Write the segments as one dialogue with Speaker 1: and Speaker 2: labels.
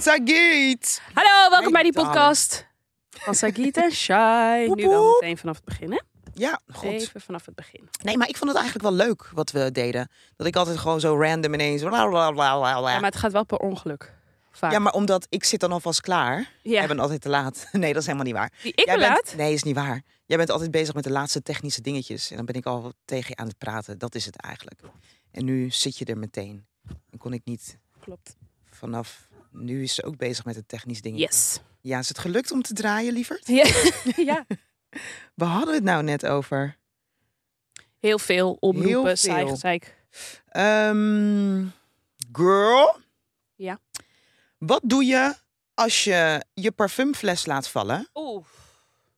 Speaker 1: Sagiet!
Speaker 2: Hallo, welkom bij die
Speaker 1: Hey,
Speaker 2: podcast van Sagiet en Shai.
Speaker 1: Woep,
Speaker 2: Nu wel
Speaker 1: woep.
Speaker 2: meteen vanaf het begin, hè?
Speaker 1: Ja, goed. Nou
Speaker 2: Even vanaf het begin.
Speaker 1: Nee, maar ik vond het eigenlijk wel leuk wat we deden. Dat ik altijd gewoon zo random ineens... bla, bla, bla, bla, bla.
Speaker 2: Ja, maar het gaat wel per ongeluk. Vaak.
Speaker 1: Ja, maar omdat ik zit dan alvast klaar.
Speaker 2: Ja.
Speaker 1: Jij bent altijd te laat. Nee, dat is helemaal niet waar.
Speaker 2: Die ik
Speaker 1: Jij
Speaker 2: ben
Speaker 1: bent-
Speaker 2: laat?
Speaker 1: Nee, is niet waar. Jij bent altijd bezig met de laatste technische dingetjes. En dan ben ik al tegen je aan het praten. Dat is het eigenlijk. En nu zit je er meteen. En kon ik niet
Speaker 2: Klopt.
Speaker 1: vanaf... Nu is ze ook bezig met het technisch ding.
Speaker 2: Yes.
Speaker 1: Ja, is het gelukt om te draaien, lieverd?
Speaker 2: Ja. ja.
Speaker 1: We hadden het nou net over. Heel
Speaker 2: Heel veel
Speaker 1: veel.
Speaker 2: omroepen, saai gezeik.
Speaker 1: Ehm, girl?
Speaker 2: Ja.
Speaker 1: Wat doe je als je je parfumfles laat vallen...
Speaker 2: Oeh.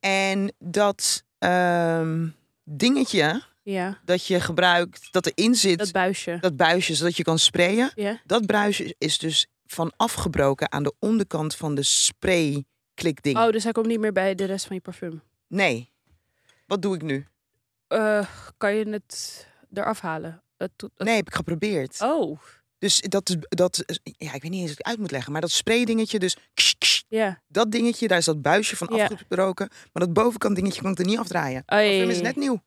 Speaker 1: en dat ehm, dingetje
Speaker 2: Ja,
Speaker 1: dat je gebruikt, dat erin zit...
Speaker 2: dat buisje.
Speaker 1: dat buisje zodat je kan sprayen.
Speaker 2: Ja.
Speaker 1: Dat buisje is dus van afgebroken aan de onderkant van de spray klikding.
Speaker 2: Oh, dus hij komt niet meer bij de rest van je parfum.
Speaker 1: Nee. Wat doe ik nu?
Speaker 2: Eh, kan je het eraf halen? Het, doet- het-
Speaker 1: Nee, heb ik geprobeerd.
Speaker 2: Oh,
Speaker 1: Dus dat is dat is- ja, ik weet niet eens hoe ik het uit moet leggen, maar dat spraydingetje dus ksh, ksh,
Speaker 2: ja.
Speaker 1: dat dingetje, daar is dat buisje van
Speaker 2: Ja.
Speaker 1: afgebroken, maar dat bovenkant dingetje kan ik er niet afdraaien. Parfum is
Speaker 2: Oei.
Speaker 1: net nieuw.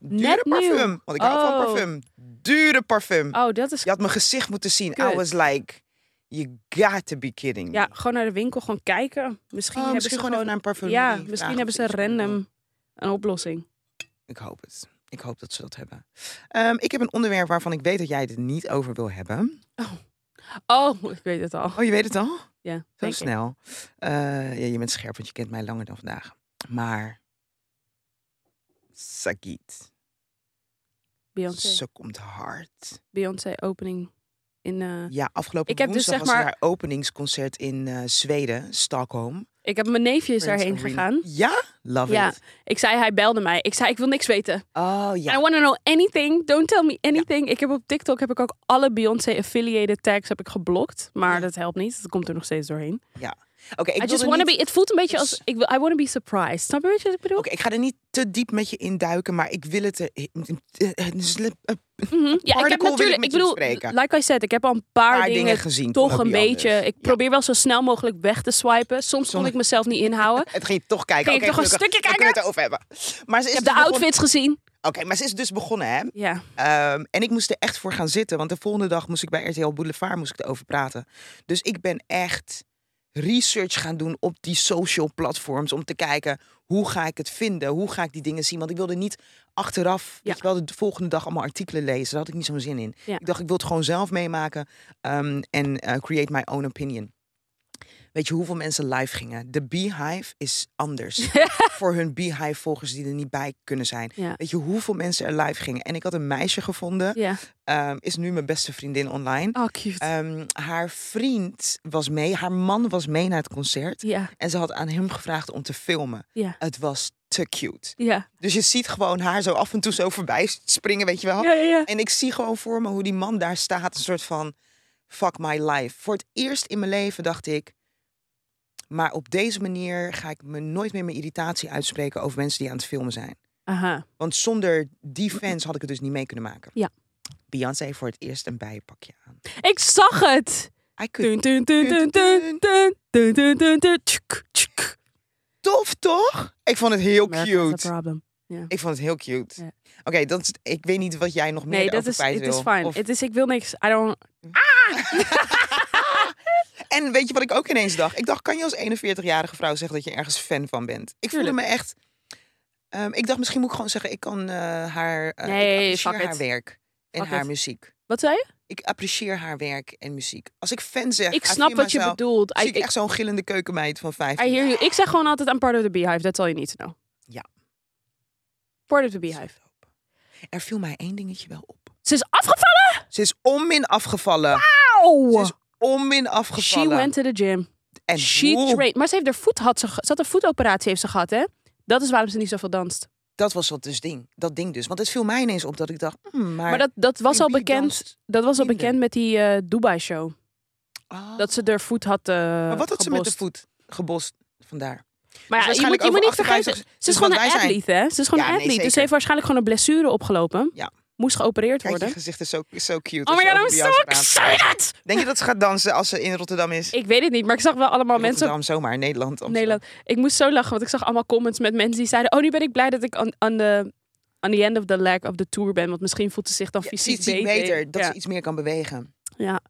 Speaker 1: Dure
Speaker 2: Net nieuw.
Speaker 1: parfum, want ik hou van
Speaker 2: Oh.
Speaker 1: parfum. Dure parfum.
Speaker 2: Oh, dat is...
Speaker 1: Je had mijn gezicht moeten zien. I
Speaker 2: Kut.
Speaker 1: was like, you got to be kidding me.
Speaker 2: Ja, gewoon naar de winkel, gewoon kijken. Misschien
Speaker 1: Oh,
Speaker 2: hebben
Speaker 1: misschien
Speaker 2: ze
Speaker 1: gewoon even naar een parfum.
Speaker 2: Ja, misschien hebben ze random een oplossing.
Speaker 1: Ik hoop het. Ik hoop dat ze dat hebben. Ehm, ik heb een onderwerp waarvan ik weet dat jij het niet over wil hebben.
Speaker 2: Oh, ik weet het al.
Speaker 1: Oh, je weet het al?
Speaker 2: Ja,
Speaker 1: Zo
Speaker 2: denk ik.
Speaker 1: snel. Eh, ja, je bent scherp, want je kent mij langer dan vandaag. Maar. Sagiet.
Speaker 2: Beyoncé.
Speaker 1: Ze komt hard.
Speaker 2: Beyoncé opening in. eh,
Speaker 1: Ja, afgelopen
Speaker 2: Ik heb dus
Speaker 1: woensdag
Speaker 2: zeg
Speaker 1: was
Speaker 2: maar-
Speaker 1: er haar openingsconcert in eh, Zweden, Stockholm.
Speaker 2: Ik heb mijn neefje is
Speaker 1: Friends
Speaker 2: daarheen
Speaker 1: Arena.
Speaker 2: gegaan.
Speaker 1: Ja? Love
Speaker 2: Ja.
Speaker 1: it.
Speaker 2: Ik zei, hij belde mij. Ik zei, ik wil niks weten.
Speaker 1: Oh
Speaker 2: I
Speaker 1: ja.
Speaker 2: want to know anything. Don't tell me anything. Ik heb op TikTok heb ik ook alle Beyoncé affiliated tags heb ik geblokt, maar
Speaker 1: Ja.
Speaker 2: dat helpt niet. Dat komt er nog steeds doorheen.
Speaker 1: Oké, ik
Speaker 2: I
Speaker 1: wil
Speaker 2: just
Speaker 1: er
Speaker 2: want to
Speaker 1: niet-
Speaker 2: be. Het voelt een beetje
Speaker 1: dus-
Speaker 2: als ik wil. I want to be surprised. Snap je wat je- wat ik bedoel?
Speaker 1: Oké, ik ga er niet te diep met je induiken, maar ik wil het er. Het is een paar
Speaker 2: Mhm. Ja, ik
Speaker 1: particle
Speaker 2: heb
Speaker 1: wil ik
Speaker 2: natuurlijk.
Speaker 1: met je
Speaker 2: Ik bedoel,
Speaker 1: bespreken.
Speaker 2: like I said, ik heb al een paar,
Speaker 1: dingen gezien. kon
Speaker 2: toch
Speaker 1: ook
Speaker 2: een
Speaker 1: niet
Speaker 2: beetje.
Speaker 1: anders.
Speaker 2: Ik
Speaker 1: Ja.
Speaker 2: probeer wel zo snel mogelijk weg te swipen. Soms kon
Speaker 1: Soms-
Speaker 2: ik mezelf niet inhouden.
Speaker 1: Het ging toch kijken.
Speaker 2: Ging ik
Speaker 1: Oké,
Speaker 2: toch een
Speaker 1: gelukkig,
Speaker 2: stukje
Speaker 1: we kunnen het over hebben. Maar ze is
Speaker 2: Ik heb
Speaker 1: dus
Speaker 2: de
Speaker 1: begonnen-
Speaker 2: outfits gezien.
Speaker 1: Oké, maar ze is dus begonnen, hè?
Speaker 2: Ja.
Speaker 1: Ehm, en ik moest er echt voor gaan zitten, want de volgende dag moest ik bij RTL Boulevard moest ik erover praten. Dus ik ben echt research gaan doen op die social platforms om te kijken hoe ga ik het vinden, hoe ga ik die dingen zien, want ik wilde niet achteraf,
Speaker 2: Ja.
Speaker 1: weet je wel, de volgende dag allemaal artikelen lezen. Daar had ik niet zo'n zin in.
Speaker 2: Ja.
Speaker 1: Ik dacht, ik wil het gewoon zelf meemaken ehm, en eh, create my own opinion. Weet je hoeveel mensen live gingen? De beehive is anders voor hun beehive volgers die er niet bij kunnen zijn.
Speaker 2: Ja.
Speaker 1: Weet je hoeveel mensen er live gingen? En ik had een meisje gevonden.
Speaker 2: Ja.
Speaker 1: ehm, is nu mijn beste vriendin online.
Speaker 2: Oh, cute.
Speaker 1: Ehm, haar vriend was mee. Haar man was mee naar het concert.
Speaker 2: Ja.
Speaker 1: En ze had aan hem gevraagd om te filmen.
Speaker 2: Ja.
Speaker 1: Het was te cute.
Speaker 2: Ja.
Speaker 1: Dus je ziet gewoon haar zo af en toe zo voorbij springen, weet je wel.
Speaker 2: Ja, ja, ja.
Speaker 1: En ik zie gewoon voor me hoe die man daar staat. Een soort van fuck my life. Voor het eerst in mijn leven dacht ik. Maar op deze manier ga ik me nooit meer mijn irritatie uitspreken over mensen die aan het filmen zijn.
Speaker 2: Aha.
Speaker 1: Want zonder die fans had ik het dus niet mee kunnen maken.
Speaker 2: Ja.
Speaker 1: Beyoncé heeft voor het eerst een bijenpakje aan.
Speaker 2: Ik zag het.
Speaker 1: I could...
Speaker 2: Dun, dun, dun, dun, dun, dun, dun, dun, dun, dun. Tsk, tsk.
Speaker 1: Tof, toch? Ik vond het heel
Speaker 2: America's a
Speaker 1: Oh, cute.
Speaker 2: problem.
Speaker 1: Ik vond het heel cute.
Speaker 2: Ja.
Speaker 1: Oké, dat is- ik weet niet wat jij nog meer
Speaker 2: Nee, dat
Speaker 1: erover
Speaker 2: is,
Speaker 1: kwijt
Speaker 2: het
Speaker 1: wil.
Speaker 2: is fijn.
Speaker 1: Of-
Speaker 2: Het is, ik wil niks. I don't...
Speaker 1: En weet je wat ik ook ineens dacht? Ik dacht, kan je als 41-jarige vrouw zeggen dat je ergens fan van bent? Ik voelde me echt... Ehm, ik dacht, misschien moet ik gewoon zeggen, ik kan eh, haar... eh,
Speaker 2: Nee,
Speaker 1: ik apprecieer
Speaker 2: fuck it.
Speaker 1: haar werk en
Speaker 2: Fuck
Speaker 1: haar
Speaker 2: it.
Speaker 1: muziek.
Speaker 2: Wat zei je?
Speaker 1: Ik apprecieer haar werk en muziek. Als ik fan zeg...
Speaker 2: Ik
Speaker 1: I
Speaker 2: snap
Speaker 1: feel
Speaker 2: wat je
Speaker 1: myself,
Speaker 2: bedoelt. I,
Speaker 1: Zie ik
Speaker 2: I,
Speaker 1: echt zo'n gillende keukenmeid van 15.
Speaker 2: I hear you. Ik zeg gewoon altijd, I'm part of the beehive. That's all you need to know.
Speaker 1: Ja.
Speaker 2: Part of the beehive.
Speaker 1: Er viel mij één dingetje wel op.
Speaker 2: Ze is afgevallen!
Speaker 1: Ze is onmin afgevallen. Ze
Speaker 2: Auw!
Speaker 1: is onmin afgevallen.
Speaker 2: She went to the gym.
Speaker 1: en
Speaker 2: She
Speaker 1: hoe-
Speaker 2: trained. Maar ze heeft haar voet had ze, ge- ze had een voetoperatie heeft ze gehad, hè? Dat is waarom ze niet zoveel danst.
Speaker 1: dat was dat dus ding. Dat ding dus. Want het viel mij ineens op dat ik dacht... hmm, maar
Speaker 2: Maar dat, dat was al
Speaker 1: wie
Speaker 2: bekend.
Speaker 1: danst
Speaker 2: Dat was al
Speaker 1: minder?
Speaker 2: bekend met die eh, Dubai-show.
Speaker 1: Ah.
Speaker 2: Dat ze haar voet had. eh
Speaker 1: Maar wat had ze met de
Speaker 2: gebost.
Speaker 1: voet gebost vandaar?
Speaker 2: Maar ja,
Speaker 1: Dus
Speaker 2: je moet,
Speaker 1: waarschijnlijk
Speaker 2: je moet niet
Speaker 1: over
Speaker 2: vergeten.
Speaker 1: 58
Speaker 2: Ze is
Speaker 1: dus
Speaker 2: gewoon
Speaker 1: wat
Speaker 2: een
Speaker 1: wij zijn.
Speaker 2: atleet, hè? Ze is gewoon
Speaker 1: Ja,
Speaker 2: een
Speaker 1: nee,
Speaker 2: atleet. dus
Speaker 1: zeker.
Speaker 2: ze heeft waarschijnlijk gewoon een blessure opgelopen.
Speaker 1: Ja.
Speaker 2: moest geopereerd
Speaker 1: Kijk, je
Speaker 2: worden.
Speaker 1: gezicht is zo, is zo cute.
Speaker 2: Oh
Speaker 1: als
Speaker 2: my
Speaker 1: je
Speaker 2: god,
Speaker 1: over
Speaker 2: I'm
Speaker 1: die
Speaker 2: so
Speaker 1: auto praat.
Speaker 2: excited!
Speaker 1: Denk je dat ze gaat dansen als ze in Rotterdam is?
Speaker 2: Ik weet het niet, maar ik zag wel allemaal mensen
Speaker 1: Rotterdam zomaar, Nederland. Amsterdam.
Speaker 2: Nederland. Ik moest zo lachen, want ik zag allemaal comments met mensen die zeiden: Oh, nu ben ik blij dat ik aan aan de on the end of the leg of the tour ben. Want misschien voelt ze zich dan
Speaker 1: Ja,
Speaker 2: fysiek
Speaker 1: iets beter, dat
Speaker 2: ja.
Speaker 1: ze iets meer kan bewegen.
Speaker 2: Ja.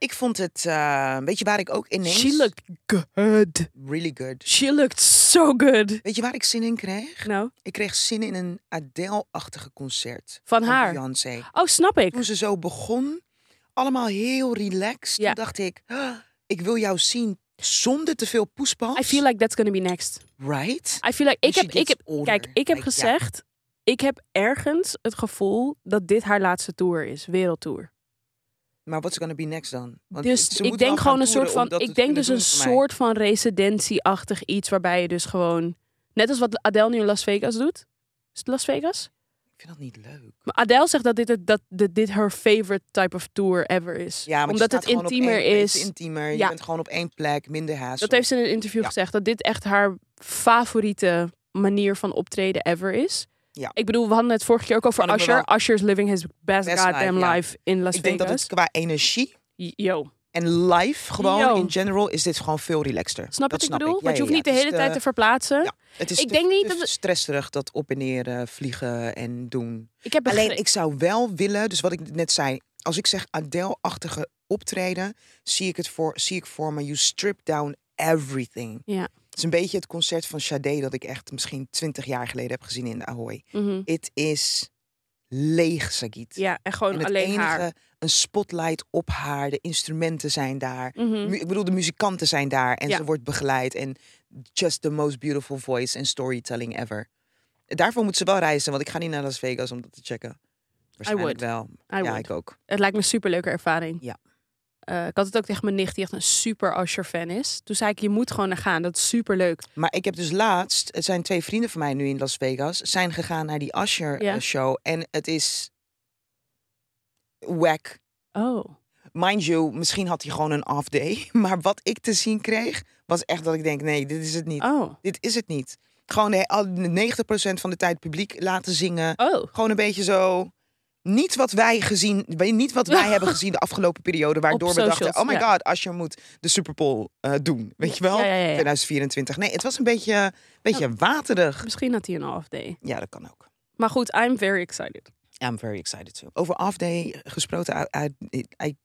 Speaker 1: Ik vond het, eh, weet je waar ik ook ineens...
Speaker 2: She looked good.
Speaker 1: Really good.
Speaker 2: She looked so good.
Speaker 1: Weet je waar ik zin in kreeg?
Speaker 2: Nou,
Speaker 1: Ik kreeg zin in een Adele-achtige concert.
Speaker 2: van haar.
Speaker 1: Beyoncé.
Speaker 2: Oh, snap ik.
Speaker 1: Toen ze zo begon, allemaal heel relaxed.
Speaker 2: Ja.
Speaker 1: Toen dacht ik, "Ah, ik wil jou zien zonder te veel poespas.
Speaker 2: I feel like that's gonna be next.
Speaker 1: Right?
Speaker 2: I feel like ik
Speaker 1: She
Speaker 2: heb, ik
Speaker 1: gets
Speaker 2: heb
Speaker 1: older.
Speaker 2: kijk, ik heb
Speaker 1: Like, ja.
Speaker 2: gezegd, ik heb ergens het gevoel dat dit haar laatste tour is, wereldtour.
Speaker 1: Maar what's gonna be next dan? Want
Speaker 2: Dus
Speaker 1: ze moet
Speaker 2: ik
Speaker 1: wel
Speaker 2: denk
Speaker 1: gaan
Speaker 2: gewoon een
Speaker 1: toeren
Speaker 2: soort
Speaker 1: om
Speaker 2: van,
Speaker 1: dat te
Speaker 2: ik denk
Speaker 1: kunnen
Speaker 2: dus een
Speaker 1: doen voor mij.
Speaker 2: soort van residentie-achtig iets waarbij je dus gewoon, net als wat Adele nu in Las Vegas doet. Is het Las Vegas?
Speaker 1: Ik vind dat niet leuk.
Speaker 2: Maar Adele zegt dat dit, het- dat, dat dit haar favorite type of tour ever is.
Speaker 1: Ja, want je
Speaker 2: Omdat
Speaker 1: staat
Speaker 2: het
Speaker 1: gewoon op
Speaker 2: intiemer
Speaker 1: één- het
Speaker 2: is.
Speaker 1: intiemer. Je
Speaker 2: Ja.
Speaker 1: bent gewoon op één plek, minder haast.
Speaker 2: Dat heeft ze in een interview
Speaker 1: Ja.
Speaker 2: gezegd. Dat dit echt haar favoriete manier van optreden ever is.
Speaker 1: Ja.
Speaker 2: Ik bedoel, we hadden het vorige keer ook over
Speaker 1: Kan ik me
Speaker 2: Usher. Usher is living his best,
Speaker 1: Best
Speaker 2: goddamn
Speaker 1: life, ja.
Speaker 2: life in Las
Speaker 1: Ik denk
Speaker 2: Vegas.
Speaker 1: dat het qua energie
Speaker 2: Y- Yo,
Speaker 1: en live gewoon
Speaker 2: Yo.
Speaker 1: in general is dit gewoon veel relaxter.
Speaker 2: snap je
Speaker 1: dat
Speaker 2: wat ik
Speaker 1: snap
Speaker 2: bedoel?
Speaker 1: Ja,
Speaker 2: Want je
Speaker 1: ja, Dus
Speaker 2: hoeft niet
Speaker 1: ja.
Speaker 2: de
Speaker 1: Het
Speaker 2: hele
Speaker 1: is eh,
Speaker 2: tijd te verplaatsen.
Speaker 1: ja, Het is
Speaker 2: Ik
Speaker 1: te-
Speaker 2: denk niet
Speaker 1: te
Speaker 2: dat het-
Speaker 1: stresserig dat op en neer eh, vliegen en doen.
Speaker 2: Ik heb
Speaker 1: Alleen
Speaker 2: begre-
Speaker 1: ik zou wel willen, dus wat ik net zei, als ik zeg Adele-achtige optreden, zie ik het voor, zie ik voor me. You strip down everything.
Speaker 2: Ja.
Speaker 1: Het is een beetje het concert van Sade dat ik echt misschien twintig jaar geleden heb gezien in de Ahoy.
Speaker 2: Mhm.
Speaker 1: Het is leeg, Sagit.
Speaker 2: Ja, en gewoon
Speaker 1: En het
Speaker 2: alleen
Speaker 1: enige,
Speaker 2: haar.
Speaker 1: een spotlight op haar. De instrumenten zijn daar.
Speaker 2: Mhm.
Speaker 1: Mu- Ik bedoel, de muzikanten zijn daar. En
Speaker 2: Ja.
Speaker 1: ze wordt begeleid. En just the most beautiful voice en storytelling ever. Daarvoor moet ze wel reizen, want ik ga niet naar Las Vegas om dat te checken. Waarschijnlijk
Speaker 2: would.
Speaker 1: wel.
Speaker 2: I
Speaker 1: ja,
Speaker 2: would.
Speaker 1: ik ook.
Speaker 2: Het lijkt me een superleuke ervaring.
Speaker 1: Ja.
Speaker 2: Eh, ik had het ook tegen mijn nicht die echt een super Usher fan is. Toen zei ik, je moet gewoon naar gaan. Dat is super leuk.
Speaker 1: Maar ik heb dus laatst, het zijn twee vrienden van mij nu in Las Vegas, zijn gegaan naar die Usher
Speaker 2: Ja.
Speaker 1: eh, show. En het is wack.
Speaker 2: Oh.
Speaker 1: Mind you, misschien had hij gewoon een off day. Maar wat ik te zien kreeg, was echt dat ik denk, nee, dit is het niet.
Speaker 2: Oh.
Speaker 1: Dit is het niet. Gewoon de, al 90% van de tijd publiek laten zingen.
Speaker 2: Oh.
Speaker 1: Gewoon een beetje zo. Niet wat wij gezien, niet wat wij hebben gezien de afgelopen periode. Waardoor
Speaker 2: Op
Speaker 1: we dachten:
Speaker 2: socials,
Speaker 1: oh my
Speaker 2: ja.
Speaker 1: god, Asher moet de Super Bowl eh, doen. Weet je wel?
Speaker 2: Ja, ja, ja, ja.
Speaker 1: 2024. Nee, het was een beetje, een beetje waterig.
Speaker 2: Misschien had hij een off day.
Speaker 1: Ja, dat kan ook.
Speaker 2: Maar goed, I'm very excited.
Speaker 1: I'm very excited too. Over off day gesproken, I- I- I-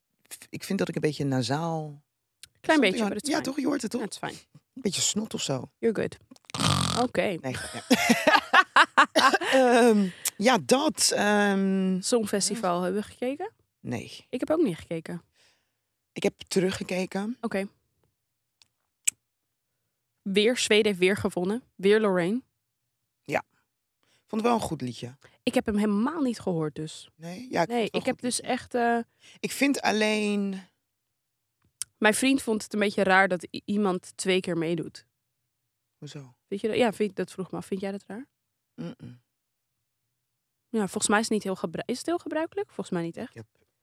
Speaker 1: ik vind dat ik een beetje nasaal.
Speaker 2: Klein
Speaker 1: Snap je
Speaker 2: beetje,
Speaker 1: wat-
Speaker 2: maar dat is
Speaker 1: Ja,
Speaker 2: fijn.
Speaker 1: toch? Je hoort het toch?
Speaker 2: Dat Nou, is fijn.
Speaker 1: Een beetje snot of zo.
Speaker 2: You're good. Oké.
Speaker 1: Nee. grap, Ja, Ehm, ja dat. ehm,
Speaker 2: Songfestival hebben we gekeken?
Speaker 1: nee.
Speaker 2: Ik heb ook niet gekeken. Oké.
Speaker 1: Ik heb teruggekeken.
Speaker 2: Weer Zweden heeft weer gewonnen. Weer Lorraine.
Speaker 1: Vond het wel een goed liedje.
Speaker 2: Ik heb hem helemaal niet gehoord dus.
Speaker 1: Nee, ja, ik, vond het wel
Speaker 2: Nee,
Speaker 1: een
Speaker 2: ik heb
Speaker 1: goed
Speaker 2: dus
Speaker 1: liedje.
Speaker 2: echt... eh,
Speaker 1: Ik vind alleen.
Speaker 2: mijn vriend vond het een beetje raar dat i- iemand twee keer meedoet.
Speaker 1: Hoezo?
Speaker 2: Weet je dat? Ja, vind, dat vroeg me af. Vind jij dat raar?
Speaker 1: Mm-mm.
Speaker 2: Ja, volgens mij is het niet heel gebruikelijk. Is het heel gebruikelijk? Volgens mij niet echt.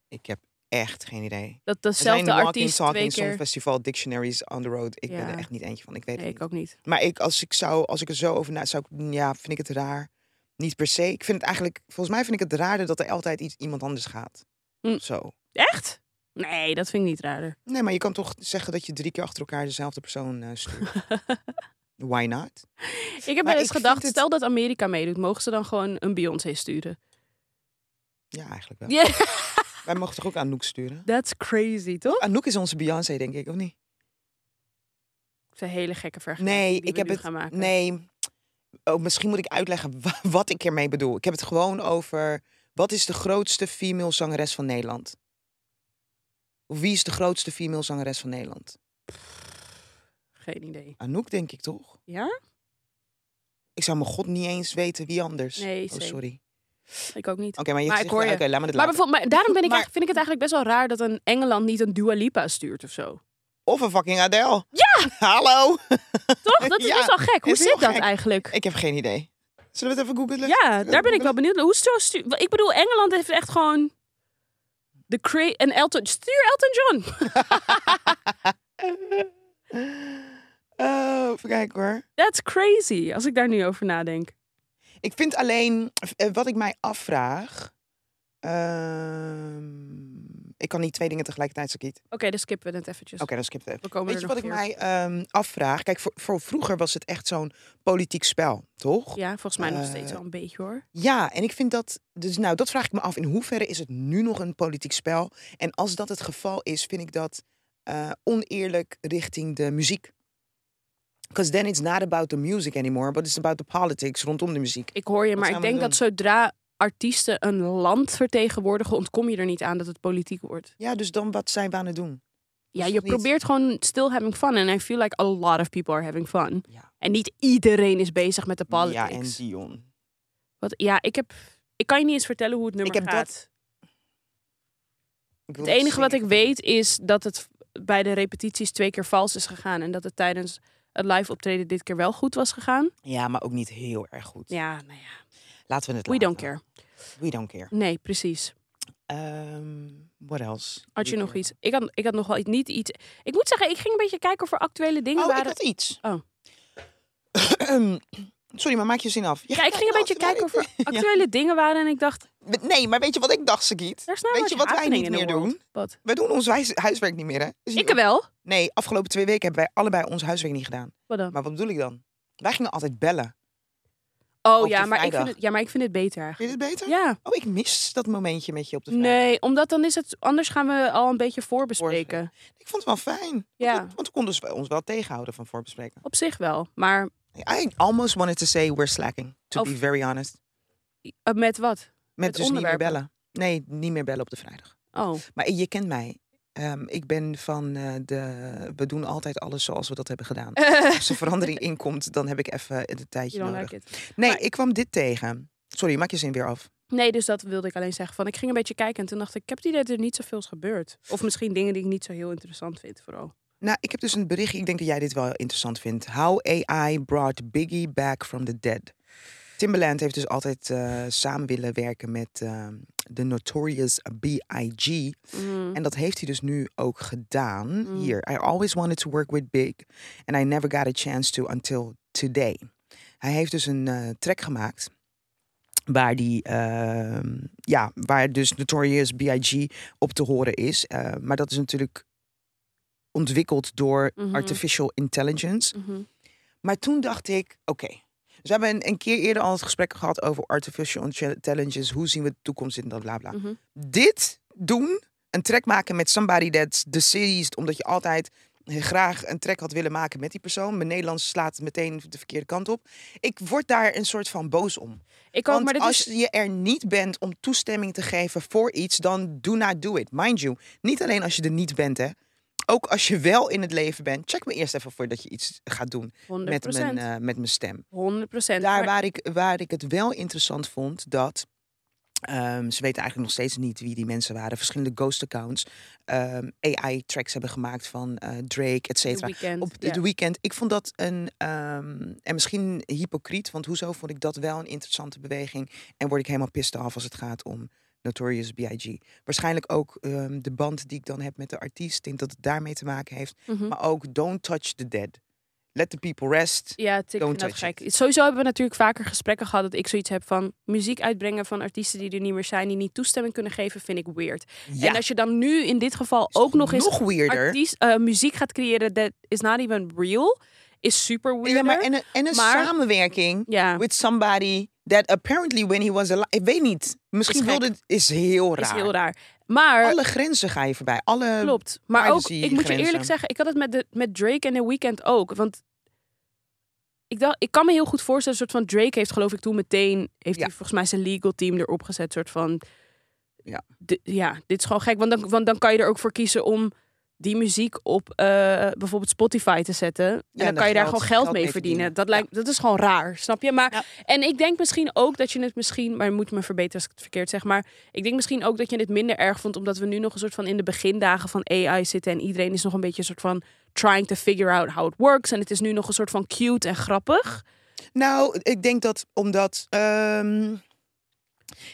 Speaker 1: Ik heb echt geen idee.
Speaker 2: Dat
Speaker 1: Er zijn
Speaker 2: dezelfde
Speaker 1: walking,
Speaker 2: artiest twee
Speaker 1: talking,
Speaker 2: keer...
Speaker 1: songfestival, dictionaries on the road. Ik ben
Speaker 2: Ja.
Speaker 1: er echt niet eentje van. Ik weet
Speaker 2: Nee,
Speaker 1: het
Speaker 2: ik
Speaker 1: niet.
Speaker 2: ook niet.
Speaker 1: Maar ik, als ik zou, als ik er zo over na, zou ik, mm, ja, vind ik het raar. Niet per se. Ik vind het eigenlijk, volgens mij vind ik het raarder dat er altijd iets, iemand anders gaat.
Speaker 2: Mm.
Speaker 1: Zo.
Speaker 2: Echt? Nee, dat vind ik niet raarder.
Speaker 1: Nee, maar je kan toch zeggen dat je drie keer achter elkaar dezelfde persoon eh, stuurt. Why not?
Speaker 2: Ik heb
Speaker 1: Maar
Speaker 2: wel eens
Speaker 1: ik vind
Speaker 2: gedacht,
Speaker 1: het-
Speaker 2: stel dat Amerika meedoet, mogen ze dan gewoon een Beyoncé sturen?
Speaker 1: Ja, eigenlijk wel.
Speaker 2: Ja,
Speaker 1: Wij mogen toch ook Anouk sturen?
Speaker 2: that's crazy, toch?
Speaker 1: Anouk is onze Beyoncé, denk ik, of niet?
Speaker 2: Dat is een hele gekke vergelijking
Speaker 1: Nee,
Speaker 2: die we
Speaker 1: ik heb
Speaker 2: nu
Speaker 1: het.
Speaker 2: gaan maken.
Speaker 1: Nee. Oh, misschien moet ik uitleggen wa- wat ik hiermee bedoel. Ik heb het gewoon over. Wat is de grootste female zangeres van Nederland? Of Wie is de grootste female zangeres van Nederland?
Speaker 2: Geen idee.
Speaker 1: Anouk, denk ik toch?
Speaker 2: Ja?
Speaker 1: Ik zou mijn god niet eens weten wie anders.
Speaker 2: Nee,
Speaker 1: oh,
Speaker 2: same.
Speaker 1: sorry.
Speaker 2: Ik ook niet.
Speaker 1: Oké, maar je
Speaker 2: Maar ik
Speaker 1: zegt
Speaker 2: hoor
Speaker 1: wel-
Speaker 2: je.
Speaker 1: Oké, Oh, laat me dit
Speaker 2: Maar,
Speaker 1: laten.
Speaker 2: bijvoorbeeld, maar daarom ben ik
Speaker 1: Maar-
Speaker 2: eigenlijk- vind ik het eigenlijk best wel raar dat een Engeland niet een Dua Lipa stuurt of zo.
Speaker 1: Of een fucking Adele. Ja! Hallo!
Speaker 2: Toch? Dat is
Speaker 1: Ja,
Speaker 2: best wel gek. Hoe
Speaker 1: is heel
Speaker 2: zit dat
Speaker 1: gek.
Speaker 2: eigenlijk?
Speaker 1: Ik heb geen idee. Zullen we het even googlen?
Speaker 2: Ja, daar ben ik wel
Speaker 1: googlen?
Speaker 2: benieuwd naar. Hoe zo stu- Ik bedoel, Engeland heeft echt gewoon... De cra- en Elton... Stuur Elton John!
Speaker 1: Eh, even kijken hoor.
Speaker 2: That's crazy, als ik daar nu over nadenk.
Speaker 1: Ik vind alleen, eh, wat ik mij afvraag, Ehm, ik kan niet twee dingen tegelijkertijd, Sakit. Oké,
Speaker 2: Oké, dan skippen we het eventjes.
Speaker 1: dan skip het even.
Speaker 2: We Dus komen
Speaker 1: Weet
Speaker 2: er
Speaker 1: je
Speaker 2: nog
Speaker 1: wat ik
Speaker 2: voor.
Speaker 1: mij ehm, afvraag? Kijk, voor, voor vroeger was het echt zo'n politiek spel, toch?
Speaker 2: Ja, volgens mij nog
Speaker 1: Eh,
Speaker 2: steeds wel een beetje hoor.
Speaker 1: Ja, en ik vind dat. Dus nou, dat vraag ik me af. In hoeverre is het nu nog een politiek spel? En als dat het geval is, vind ik dat eh, oneerlijk richting de muziek. Because then it's not about the music anymore, but it's about the politics rondom de muziek.
Speaker 2: Ik hoor je,
Speaker 1: Wat
Speaker 2: maar ik
Speaker 1: gaan we
Speaker 2: denk
Speaker 1: doen?
Speaker 2: dat zodra artiesten een land vertegenwoordigen, ontkom je er niet aan dat het politiek wordt.
Speaker 1: Ja, dus dan wat zijn we aan het doen?
Speaker 2: Ja,
Speaker 1: is
Speaker 2: je
Speaker 1: toch niet-
Speaker 2: probeert gewoon still having fun. En I feel like a lot of people are having fun.
Speaker 1: Ja.
Speaker 2: En niet iedereen is bezig met de
Speaker 1: Ja, en
Speaker 2: politics.
Speaker 1: Dion.
Speaker 2: Wat, ja, ik heb... Ik kan je niet eens vertellen hoe het nummer
Speaker 1: heb
Speaker 2: gaat.
Speaker 1: dat- Ik wil
Speaker 2: Het
Speaker 1: dat
Speaker 2: enige wat ik
Speaker 1: zingen.
Speaker 2: weet is dat het bij de repetities twee keer vals is gegaan. En dat het tijdens het live optreden dit keer wel goed was gegaan.
Speaker 1: Ja, maar ook niet heel erg goed.
Speaker 2: Ja, nou ja.
Speaker 1: Laten we het
Speaker 2: We
Speaker 1: laten.
Speaker 2: don't care.
Speaker 1: We don't care.
Speaker 2: Nee, precies.
Speaker 1: Ehm what else?
Speaker 2: Had je
Speaker 1: We
Speaker 2: nog
Speaker 1: care.
Speaker 2: iets? Ik had, ik had nog wel iets, niet iets... Ik moet zeggen, ik ging een beetje kijken of er actuele dingen
Speaker 1: Oh, ik
Speaker 2: waren.
Speaker 1: had iets.
Speaker 2: Oh.
Speaker 1: Sorry, maar maak je zin af. Je
Speaker 2: Ja,
Speaker 1: gaat
Speaker 2: ik ging een beetje
Speaker 1: kijken
Speaker 2: kijken of er
Speaker 1: Ja.
Speaker 2: actuele dingen waren. En ik dacht,
Speaker 1: Nee, maar weet je wat ik dacht, Sagiet?
Speaker 2: daar staan
Speaker 1: Weet je wat wij niet meer doen?
Speaker 2: Wat?
Speaker 1: Wij doen ons huis- huiswerk niet meer, hè? Dus
Speaker 2: Ik wel.
Speaker 1: Nee, afgelopen twee weken hebben wij allebei ons huiswerk niet gedaan.
Speaker 2: Wat dan?
Speaker 1: Maar wat bedoel ik dan? Wij gingen altijd bellen.
Speaker 2: Oh
Speaker 1: op
Speaker 2: ja
Speaker 1: de
Speaker 2: maar, ik vind
Speaker 1: vrijdag.
Speaker 2: het, ja, maar ik vind het beter eigenlijk.
Speaker 1: Vind je dit beter?
Speaker 2: Ja.
Speaker 1: Oh, ik mis dat momentje met je op de vrijdag.
Speaker 2: Nee, omdat dan is het... Anders gaan we al een beetje voorbespreken.
Speaker 1: Ik vond het wel fijn. Want
Speaker 2: Ja.
Speaker 1: we- Want we konden dus ons wel tegenhouden van voorbespreken.
Speaker 2: Op zich wel. Maar
Speaker 1: I almost wanted to say we're slacking, to
Speaker 2: Of-
Speaker 1: be very honest.
Speaker 2: eh, met wat?
Speaker 1: Met,
Speaker 2: Met
Speaker 1: dus niet meer
Speaker 2: onderwerpen.
Speaker 1: bellen. Nee, niet meer bellen op de vrijdag.
Speaker 2: Oh,
Speaker 1: Maar je kent mij. Ehm, ik ben van eh, de. We doen altijd alles zoals we dat hebben gedaan. Als er verandering in komt, dan heb ik even een
Speaker 2: you
Speaker 1: tijdje
Speaker 2: don't
Speaker 1: nodig.
Speaker 2: like it.
Speaker 1: Nee,
Speaker 2: Maar-
Speaker 1: ik kwam dit tegen. Sorry, maak je zin weer af.
Speaker 2: Nee, dus dat wilde ik alleen zeggen. Van, ik ging een beetje kijken en toen dacht ik, ik heb het idee dat er niet zoveel is gebeurd. Of misschien dingen die ik niet zo heel interessant vind vooral.
Speaker 1: Nou, ik heb dus een bericht. Ik denk dat jij dit wel interessant vindt. How AI brought Biggie back from the dead. Timbaland heeft dus altijd eh, samen willen werken met ehm, de Notorious B.I.G.
Speaker 2: Mm.
Speaker 1: En dat heeft hij dus nu ook gedaan.
Speaker 2: Mm.
Speaker 1: Hier. I always wanted to work with Big. And I never got a chance to until today. Hij heeft dus een eh, track gemaakt. Waar die, ehm, ja, waar dus Notorious B.I.G. op te horen is. Eh, maar dat is natuurlijk ontwikkeld door
Speaker 2: Mhm.
Speaker 1: artificial intelligence.
Speaker 2: Mhm.
Speaker 1: Maar toen dacht ik, oké. Dus we hebben een, een keer eerder al het gesprek gehad over artificial intelligence. Hoe zien we de toekomst in dat bla bla
Speaker 2: Mhm.
Speaker 1: dit doen, een track maken met somebody that's deceased, omdat je altijd graag een track had willen maken met die persoon. Mijn Nederlands slaat meteen de verkeerde kant op. Ik word daar een soort van boos om.
Speaker 2: Ik ook,
Speaker 1: Want
Speaker 2: maar dit
Speaker 1: als
Speaker 2: is...
Speaker 1: je er niet bent om toestemming te geven voor iets, dan do not do it. Mind you, niet alleen als je er niet bent, hè. Ook als je wel in het leven bent, check me eerst even voordat je iets gaat doen
Speaker 2: 100%.
Speaker 1: met mijn, eh, met mijn stem.
Speaker 2: 100%.
Speaker 1: Daar
Speaker 2: Maar-
Speaker 1: waar ik, waar ik het wel interessant vond, dat ehm, ze weten eigenlijk nog steeds niet wie die mensen waren. Verschillende ghost accounts, ehm, AI-tracks hebben gemaakt van eh, Drake, et
Speaker 2: The
Speaker 1: cetera.
Speaker 2: Weeknd,
Speaker 1: Op
Speaker 2: ja.
Speaker 1: het weekend. Ik vond dat een, ehm, en misschien hypocriet, want hoezo vond ik dat wel een interessante beweging. En word ik helemaal pissed af als het gaat om Notorious B.I.G. Waarschijnlijk ook ehm, de band die ik dan heb met de artiest. Ik denk dat het daarmee te maken heeft.
Speaker 2: Mhm.
Speaker 1: Maar ook Don't Touch the Dead. Let the people rest.
Speaker 2: Ja, het- ik
Speaker 1: Don't
Speaker 2: vind dat
Speaker 1: touch
Speaker 2: gek. Sowieso hebben we natuurlijk vaker gesprekken gehad dat ik zoiets heb van muziek uitbrengen van artiesten die er niet meer zijn, die niet toestemming kunnen geven, vind ik weird. En als je dan nu in dit geval ook nog eens
Speaker 1: nog weirder.
Speaker 2: artiest, eh, muziek gaat creëren that is not even real, is super weird.
Speaker 1: Ja, maar en een, en een
Speaker 2: maar-
Speaker 1: samenwerking with somebody that apparently when he was alive... Ik weet niet. Misschien
Speaker 2: Is gek.
Speaker 1: wilde het... Is heel raar.
Speaker 2: is heel raar. Maar
Speaker 1: Alle grenzen ga je voorbij. Alle,
Speaker 2: Klopt. Maar ook,
Speaker 1: Ehm, privacy
Speaker 2: ik moet je eerlijk
Speaker 1: grenzen.
Speaker 2: zeggen, ik had het met, de, met Drake en The Weeknd ook. Want ik, dacht, ik kan me heel goed voorstellen, een soort van Drake heeft geloof ik toen meteen, heeft
Speaker 1: Ja.
Speaker 2: hij volgens mij zijn legal team erop gezet, soort van...
Speaker 1: Ja.
Speaker 2: D- ja, dit is gewoon gek, want dan, want dan kan je er ook voor kiezen om die muziek op eh, bijvoorbeeld Spotify te zetten. En dan
Speaker 1: en
Speaker 2: kan je daar
Speaker 1: geld-
Speaker 2: gewoon geld,
Speaker 1: geld
Speaker 2: mee
Speaker 1: mee
Speaker 2: verdienen.
Speaker 1: verdienen.
Speaker 2: Dat,
Speaker 1: Ja.
Speaker 2: lijkt, dat is gewoon raar, snap je? Maar,
Speaker 1: Ja.
Speaker 2: En ik denk misschien ook dat je het misschien... Maar je moet me verbeteren als ik het verkeerd zeg. Maar ik denk misschien ook dat je het minder erg vond... omdat we nu nog een soort van in de begindagen van AI zitten... en iedereen is nog een beetje een soort van trying to figure out how it works. En het is nu nog een soort van cute en grappig.
Speaker 1: Nou, ik denk dat omdat... ehm,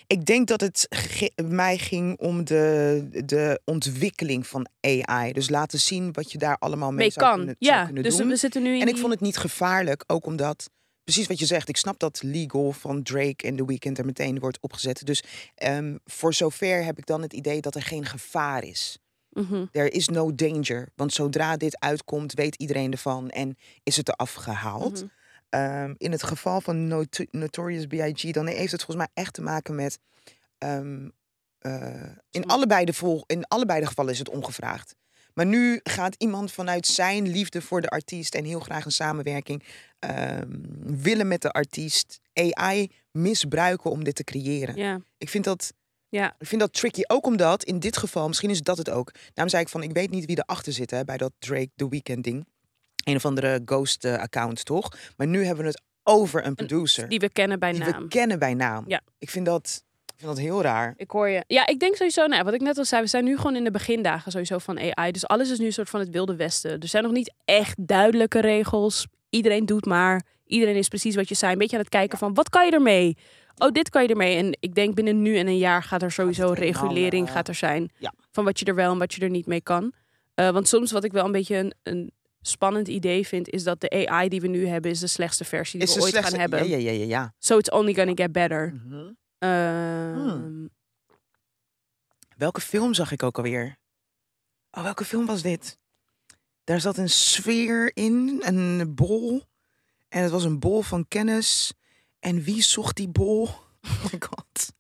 Speaker 1: ik denk dat het ge- mij ging om de, de ontwikkeling van AI. Dus laten zien wat je daar allemaal mee,
Speaker 2: Mee
Speaker 1: zou
Speaker 2: kan.
Speaker 1: kunnen, zou
Speaker 2: ja,
Speaker 1: kunnen
Speaker 2: dus
Speaker 1: doen.
Speaker 2: we zitten nu in
Speaker 1: En ik
Speaker 2: die-
Speaker 1: vond het niet gevaarlijk, ook omdat precies wat je zegt. Ik snap dat legal van Drake en The Weeknd er meteen wordt opgezet. Dus ehm, voor zover heb ik dan het idee dat er geen gevaar is.
Speaker 2: Mhm.
Speaker 1: There is no danger. Want zodra dit uitkomt, weet iedereen ervan en is het eraf gehaald.
Speaker 2: Mhm.
Speaker 1: Ehm, in het geval van Noto- Notorious B.I.G., dan heeft het volgens mij echt te maken met. ehm, eh, in, allebei de vol in allebei de gevallen is het ongevraagd. Maar nu gaat iemand vanuit zijn liefde voor de artiest en heel graag een samenwerking ehm, willen met de artiest AI misbruiken om dit te creëren.
Speaker 2: Ja,
Speaker 1: Ik vind dat.
Speaker 2: Ja.
Speaker 1: Ik vind dat tricky. Ook omdat in dit geval, misschien is dat het ook. Daarom zei ik van, ik weet niet wie erachter zit hè, bij dat Drake The Weeknd ding. Een of andere ghost eh, account, toch? Maar nu hebben we het over een producer.
Speaker 2: die we kennen bij
Speaker 1: die
Speaker 2: naam.
Speaker 1: we kennen bij naam.
Speaker 2: Ja.
Speaker 1: Ik vind dat, ik vind dat heel raar.
Speaker 2: Ik hoor je. Ja, ik denk sowieso, nou, wat ik net al zei, we zijn nu gewoon in de begindagen sowieso van AI. Dus alles is nu een soort van het wilde westen. Er zijn nog niet echt duidelijke regels. Iedereen doet maar. Iedereen is precies wat je zei. Een beetje aan het kijken van, wat kan je ermee? Oh, dit kan je ermee. En ik denk binnen nu en een jaar gaat er sowieso
Speaker 1: het helemaal,
Speaker 2: regulering
Speaker 1: eh,
Speaker 2: gaat er zijn.
Speaker 1: ja.
Speaker 2: Van wat je er wel en wat je er niet mee kan. Eh, want soms wat ik wel een beetje een, een spannend idee vind... is dat de AI die we nu hebben is de slechtste versie die
Speaker 1: Is
Speaker 2: we
Speaker 1: een
Speaker 2: ooit
Speaker 1: slechte-
Speaker 2: gaan hebben.
Speaker 1: Ja, ja, ja, ja. ja. Hmm.
Speaker 2: So it's only gonna get better.
Speaker 1: Mhm.
Speaker 2: Ehm,
Speaker 1: Welke film zag ik ook alweer? Oh, welke film was dit? Daar zat een sfeer in, een bol. En het was een bol van kennis. En wie zocht die bol? Oh my god.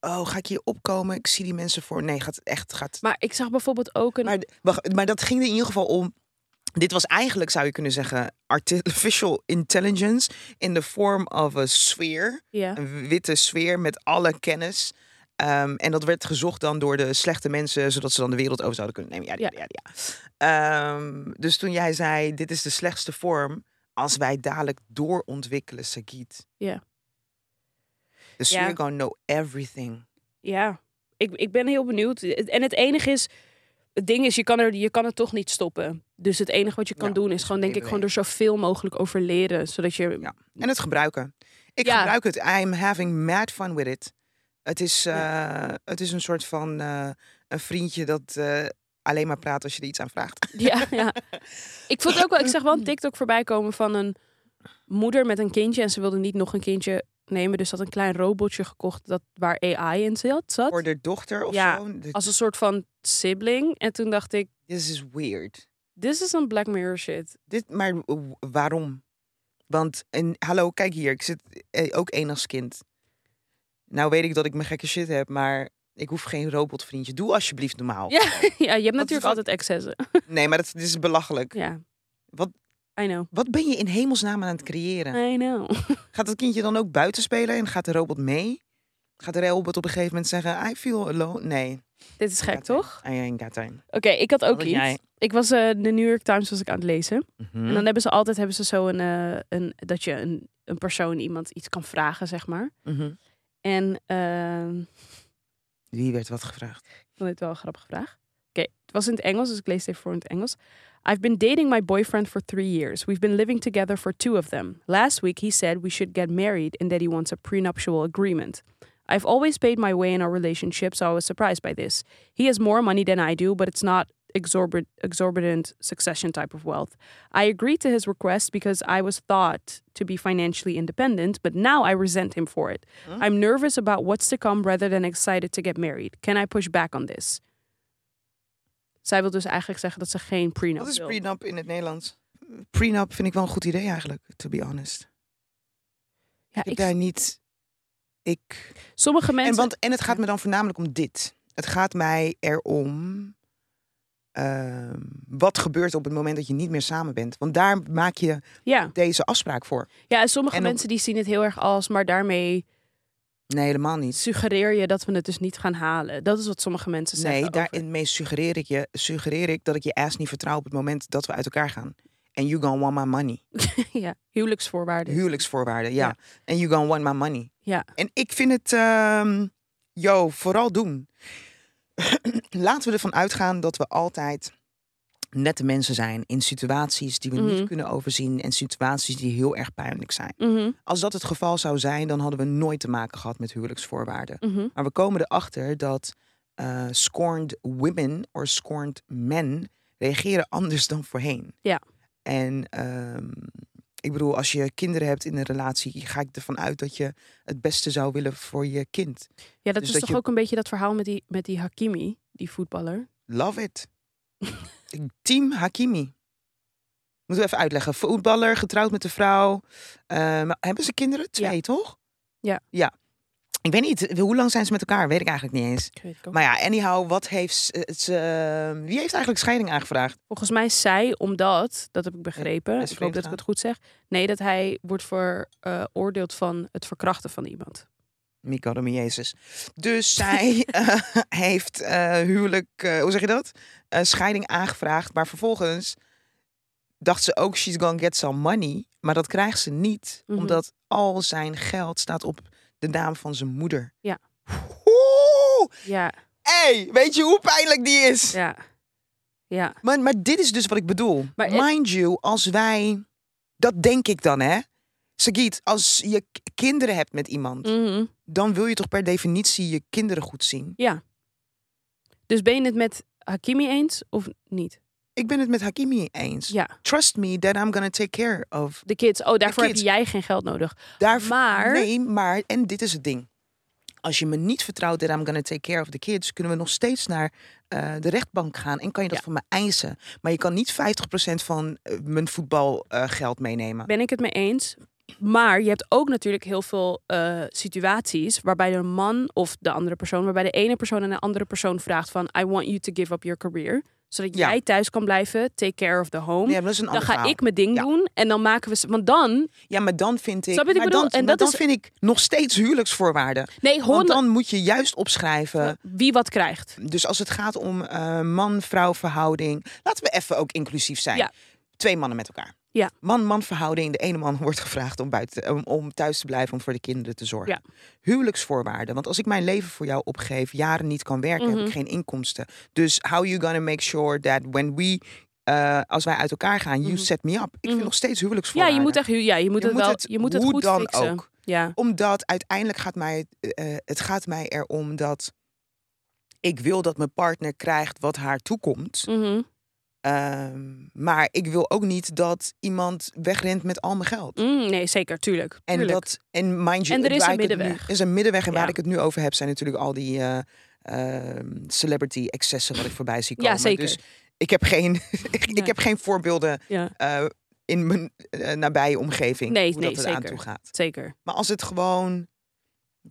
Speaker 1: Oh, ga ik hier opkomen? Ik zie die mensen voor. Nee, gaat echt. Gaat...
Speaker 2: Maar ik zag bijvoorbeeld ook een.
Speaker 1: Maar, wacht, maar dat ging er in ieder geval om. Dit was eigenlijk, zou je kunnen zeggen, artificial intelligence in de vorm of a sphere
Speaker 2: ja.
Speaker 1: een witte sfeer met alle kennis. Ehm, en dat werd gezocht dan door de slechte mensen, zodat ze dan de wereld over zouden kunnen nemen. Ja, ja, ja. ja. Ehm, dus toen jij zei, dit is de slechtste vorm, als wij dadelijk doorontwikkelen, Sagit.
Speaker 2: Ja.
Speaker 1: The
Speaker 2: Ja.
Speaker 1: sphere gonna know everything.
Speaker 2: ja. Ik, ik ben heel benieuwd. En het enige is. Het ding is, je kan, er, je kan het toch niet stoppen. Dus het enige wat je kan
Speaker 1: Ja,
Speaker 2: doen is
Speaker 1: dus
Speaker 2: gewoon,
Speaker 1: mee
Speaker 2: denk ik, gewoon er
Speaker 1: bewegen.
Speaker 2: zoveel mogelijk over leren. Zodat je.
Speaker 1: Ja. En het gebruiken. Ik
Speaker 2: Ja.
Speaker 1: gebruik het. I'm having mad fun with it. Het is, eh, het is een soort van eh, een vriendje dat eh, alleen maar praat als je er iets aan vraagt.
Speaker 2: Ja, ja. Ik vond ook wel, ik zag wel een TikTok voorbij komen van een moeder met een kindje. En ze wilde niet nog een kindje nemen. Dus ze had een klein robotje gekocht dat, waar AI in zat. zat.
Speaker 1: Voor de dochter of
Speaker 2: Ja,
Speaker 1: zo. De-
Speaker 2: Als een soort van sibling. En toen dacht ik,
Speaker 1: This is weird.
Speaker 2: this is een Black Mirror shit.
Speaker 1: Dit, maar w- w- waarom? Want, en, hallo, kijk hier, ik zit eh, ook enigskind. Nou weet ik dat ik mijn gekke shit heb, maar ik hoef geen robotvriendje. Doe alsjeblieft normaal.
Speaker 2: Ja, ja je hebt
Speaker 1: wat-
Speaker 2: natuurlijk altijd excessen.
Speaker 1: Nee, maar dat, dit is belachelijk.
Speaker 2: Ja.
Speaker 1: Wat-
Speaker 2: I know.
Speaker 1: Wat ben je in hemelsnaam aan het creëren?
Speaker 2: I know.
Speaker 1: Gaat dat kindje dan ook buiten spelen en gaat de robot mee? Gaat de robot op een gegeven moment zeggen, I feel alone? Nee. Ah
Speaker 2: Dit is gek,
Speaker 1: Got time.
Speaker 2: toch?
Speaker 1: I ain't got time.
Speaker 2: Oké, ik had ook
Speaker 1: Wat
Speaker 2: iets.
Speaker 1: jij?
Speaker 2: Ik was eh, de New York Times was ik aan het lezen.
Speaker 1: Mhm.
Speaker 2: En dan hebben ze altijd hebben ze zo een, eh, een dat je een, een persoon iemand iets kan vragen, zeg maar.
Speaker 1: Mhm.
Speaker 2: En ehm,
Speaker 1: Wie werd wat gevraagd?
Speaker 2: ik vond dit wel een grappige vraag. Oké, het was in het Engels, dus ik lees het even voor in het Engels. I've been dating my boyfriend for three years. We've been living together for two of them. Last week he said we should get married and that he wants a prenuptial agreement. I've always paid my way in our relationship, so I was surprised by this. He has more money than I do, but it's not exorbitant, exorbitant succession type of wealth. I agreed to his request because I was thought to be financially independent, but now I resent him for it. I'm nervous about what's to come rather than excited to get married. Can I push back on this? Zij wil dus eigenlijk zeggen dat ze geen prenup
Speaker 1: Wat is
Speaker 2: wil.
Speaker 1: prenup in het Nederlands? Prenup vind ik wel een goed idee eigenlijk, to be honest.
Speaker 2: Ja,
Speaker 1: ik
Speaker 2: ik-
Speaker 1: daar niet. Ik.
Speaker 2: sommige mensen.
Speaker 1: En, want, en het gaat me dan voornamelijk om dit. Het gaat mij erom. ehm, wat gebeurt op het moment dat je niet meer samen bent? Want daar maak je
Speaker 2: ja.
Speaker 1: deze afspraak voor.
Speaker 2: ja, en sommige
Speaker 1: En op-
Speaker 2: mensen die zien het heel erg als, maar daarmee
Speaker 1: Nee, helemaal niet.
Speaker 2: suggereer je dat we het dus niet gaan halen. Dat is wat sommige mensen zeggen.
Speaker 1: Nee,
Speaker 2: over-
Speaker 1: daarmee suggereer ik, je, suggereer ik dat ik je ass niet vertrouw op het moment dat we uit elkaar gaan. En you gonna want my money.
Speaker 2: ja, huwelijksvoorwaarden.
Speaker 1: Huwelijksvoorwaarden, ja.
Speaker 2: Ja.
Speaker 1: En you gonna want my money.
Speaker 2: ja,
Speaker 1: En ik vind het, ehm yo, vooral doen. Laten we ervan uitgaan dat we altijd nette mensen zijn in situaties die we
Speaker 2: Mhm.
Speaker 1: niet kunnen overzien en situaties die heel erg pijnlijk zijn.
Speaker 2: Mhm,
Speaker 1: Als dat het geval zou zijn, dan hadden we nooit te maken gehad met huwelijksvoorwaarden.
Speaker 2: mhm.
Speaker 1: Maar we komen erachter dat eh, scorned women of scorned men reageren anders dan voorheen.
Speaker 2: Ja.
Speaker 1: En ehm, Ik bedoel, als je kinderen hebt in een relatie, ga ik ervan uit dat je het beste zou willen voor je kind.
Speaker 2: Ja, dat
Speaker 1: Dus
Speaker 2: is
Speaker 1: dat
Speaker 2: toch
Speaker 1: je-
Speaker 2: ook een beetje dat verhaal met die, met die Hakimi, die voetballer.
Speaker 1: Love it. Team Hakimi. Moeten we even uitleggen. Voetballer, getrouwd met de vrouw. Eh, maar hebben ze kinderen? Twee, toch?
Speaker 2: Ja.
Speaker 1: Ja. Ik weet niet, hoe lang zijn ze met elkaar? Weet ik eigenlijk niet eens.
Speaker 2: Ik weet het ook.
Speaker 1: Maar ja, anyhow, wat heeft ze, ze- ehm, wie heeft eigenlijk scheiding aangevraagd?
Speaker 2: Volgens mij zij, omdat, dat heb ik begrepen,
Speaker 1: hij
Speaker 2: ik
Speaker 1: is
Speaker 2: hoop dat ik
Speaker 1: vreemdgaan.
Speaker 2: het goed zeg. Nee, dat hij wordt veroordeeld van het verkrachten van iemand.
Speaker 1: Mico de Jezus. Dus zij eh, heeft eh, huwelijk, eh, hoe zeg je dat? Eh, scheiding aangevraagd. Maar vervolgens dacht ze ook, she's gonna get some money. Maar dat krijgt ze niet,
Speaker 2: Mhm.
Speaker 1: omdat al zijn geld staat op de naam van zijn moeder.
Speaker 2: Ja.
Speaker 1: Oeh,
Speaker 2: Ja,
Speaker 1: hey, weet je hoe pijnlijk die is?
Speaker 2: ja, ja.
Speaker 1: Maar, maar dit is dus wat ik bedoel.
Speaker 2: Maar het-
Speaker 1: Mind you, als wij... Dat denk ik dan, hè? Sagiet, als je k- kinderen hebt met iemand...
Speaker 2: Mhm.
Speaker 1: dan wil je toch per definitie je kinderen goed zien?
Speaker 2: Dus ben je het met Hakimi eens of niet?
Speaker 1: Ik ben het met Hakimi eens.
Speaker 2: Ja,
Speaker 1: Trust me that I'm gonna take care of.
Speaker 2: de kids. Oh, daarvoor
Speaker 1: kids.
Speaker 2: heb jij geen geld nodig.
Speaker 1: Daar
Speaker 2: Maar-
Speaker 1: Nee, maar... En dit is het ding. Als je me niet vertrouwt that I'm gonna take care of the kids... kunnen we nog steeds naar eh, de rechtbank gaan... en kan je dat
Speaker 2: Ja.
Speaker 1: van me eisen. Maar je kan niet 50% van eh, mijn voetbalgeld meenemen.
Speaker 2: Ben ik het mee eens? Maar je hebt ook natuurlijk heel veel eh, situaties waarbij de man of de andere persoon, waarbij de ene persoon aan de andere persoon vraagt van I want you to give up your career. Zodat
Speaker 1: Ja.
Speaker 2: jij thuis kan blijven, take care of the home.
Speaker 1: Nee, maar dat is een
Speaker 2: dan
Speaker 1: ander
Speaker 2: ga
Speaker 1: verhaal.
Speaker 2: ik mijn ding
Speaker 1: Ja.
Speaker 2: doen en dan maken we. ze- Want dan,
Speaker 1: Ja, maar dan vind ik.
Speaker 2: Snap je wat ik
Speaker 1: maar dan,
Speaker 2: bedoel? En
Speaker 1: maar
Speaker 2: dat
Speaker 1: dan
Speaker 2: is-
Speaker 1: vind ik nog steeds huwelijksvoorwaarden.
Speaker 2: nee,
Speaker 1: Want
Speaker 2: honderd,
Speaker 1: dan eh, moet je juist opschrijven.
Speaker 2: wie wat krijgt.
Speaker 1: Dus als het gaat om eh, man-vrouw verhouding. Laten we even ook inclusief zijn.
Speaker 2: Ja.
Speaker 1: Twee mannen met elkaar.
Speaker 2: Ja.
Speaker 1: Man-man verhouding. De ene man wordt gevraagd om, buiten, om, om thuis te blijven om voor de kinderen te zorgen.
Speaker 2: Ja.
Speaker 1: Huwelijksvoorwaarden. Want als ik mijn leven voor jou opgeef, jaren niet kan werken, heb
Speaker 2: Mhm.
Speaker 1: ik geen inkomsten. Dus how you gonna make sure that when we. eh, als wij uit elkaar gaan, you
Speaker 2: Mhm.
Speaker 1: set me up. Ik vind
Speaker 2: Mhm.
Speaker 1: nog steeds
Speaker 2: Ja,
Speaker 1: huwelijksvoorwaarden.
Speaker 2: je moet echt, hu- ja, je moet
Speaker 1: Je
Speaker 2: het
Speaker 1: moet
Speaker 2: wel,
Speaker 1: het
Speaker 2: je moet het
Speaker 1: hoe
Speaker 2: goed
Speaker 1: dan
Speaker 2: fixen.
Speaker 1: ook.
Speaker 2: Ja,
Speaker 1: Omdat uiteindelijk gaat mij, eh, eh, het gaat mij erom dat ik wil dat mijn partner krijgt wat haar toekomt.
Speaker 2: Mhm.
Speaker 1: Ehm, maar ik wil ook niet dat iemand wegrent met al mijn geld.
Speaker 2: Mm, nee, zeker, tuurlijk.
Speaker 1: En,
Speaker 2: tuurlijk.
Speaker 1: dat, en mind you,
Speaker 2: En er is
Speaker 1: waar
Speaker 2: een
Speaker 1: ik het nu-
Speaker 2: middenweg.
Speaker 1: er is een middenweg. En
Speaker 2: Ja.
Speaker 1: waar ik het nu over heb, zijn natuurlijk al die eh, ehm, celebrity excessen wat ik voorbij zie komen.
Speaker 2: ja, zeker.
Speaker 1: Dus ik heb geen, ik,
Speaker 2: Nee.
Speaker 1: heb geen voorbeelden
Speaker 2: Ja.
Speaker 1: eh, in mijn eh, nabije omgeving
Speaker 2: Nee,
Speaker 1: hoe
Speaker 2: nee,
Speaker 1: dat er aan
Speaker 2: zeker.
Speaker 1: toe gaat.
Speaker 2: Zeker.
Speaker 1: Maar als het gewoon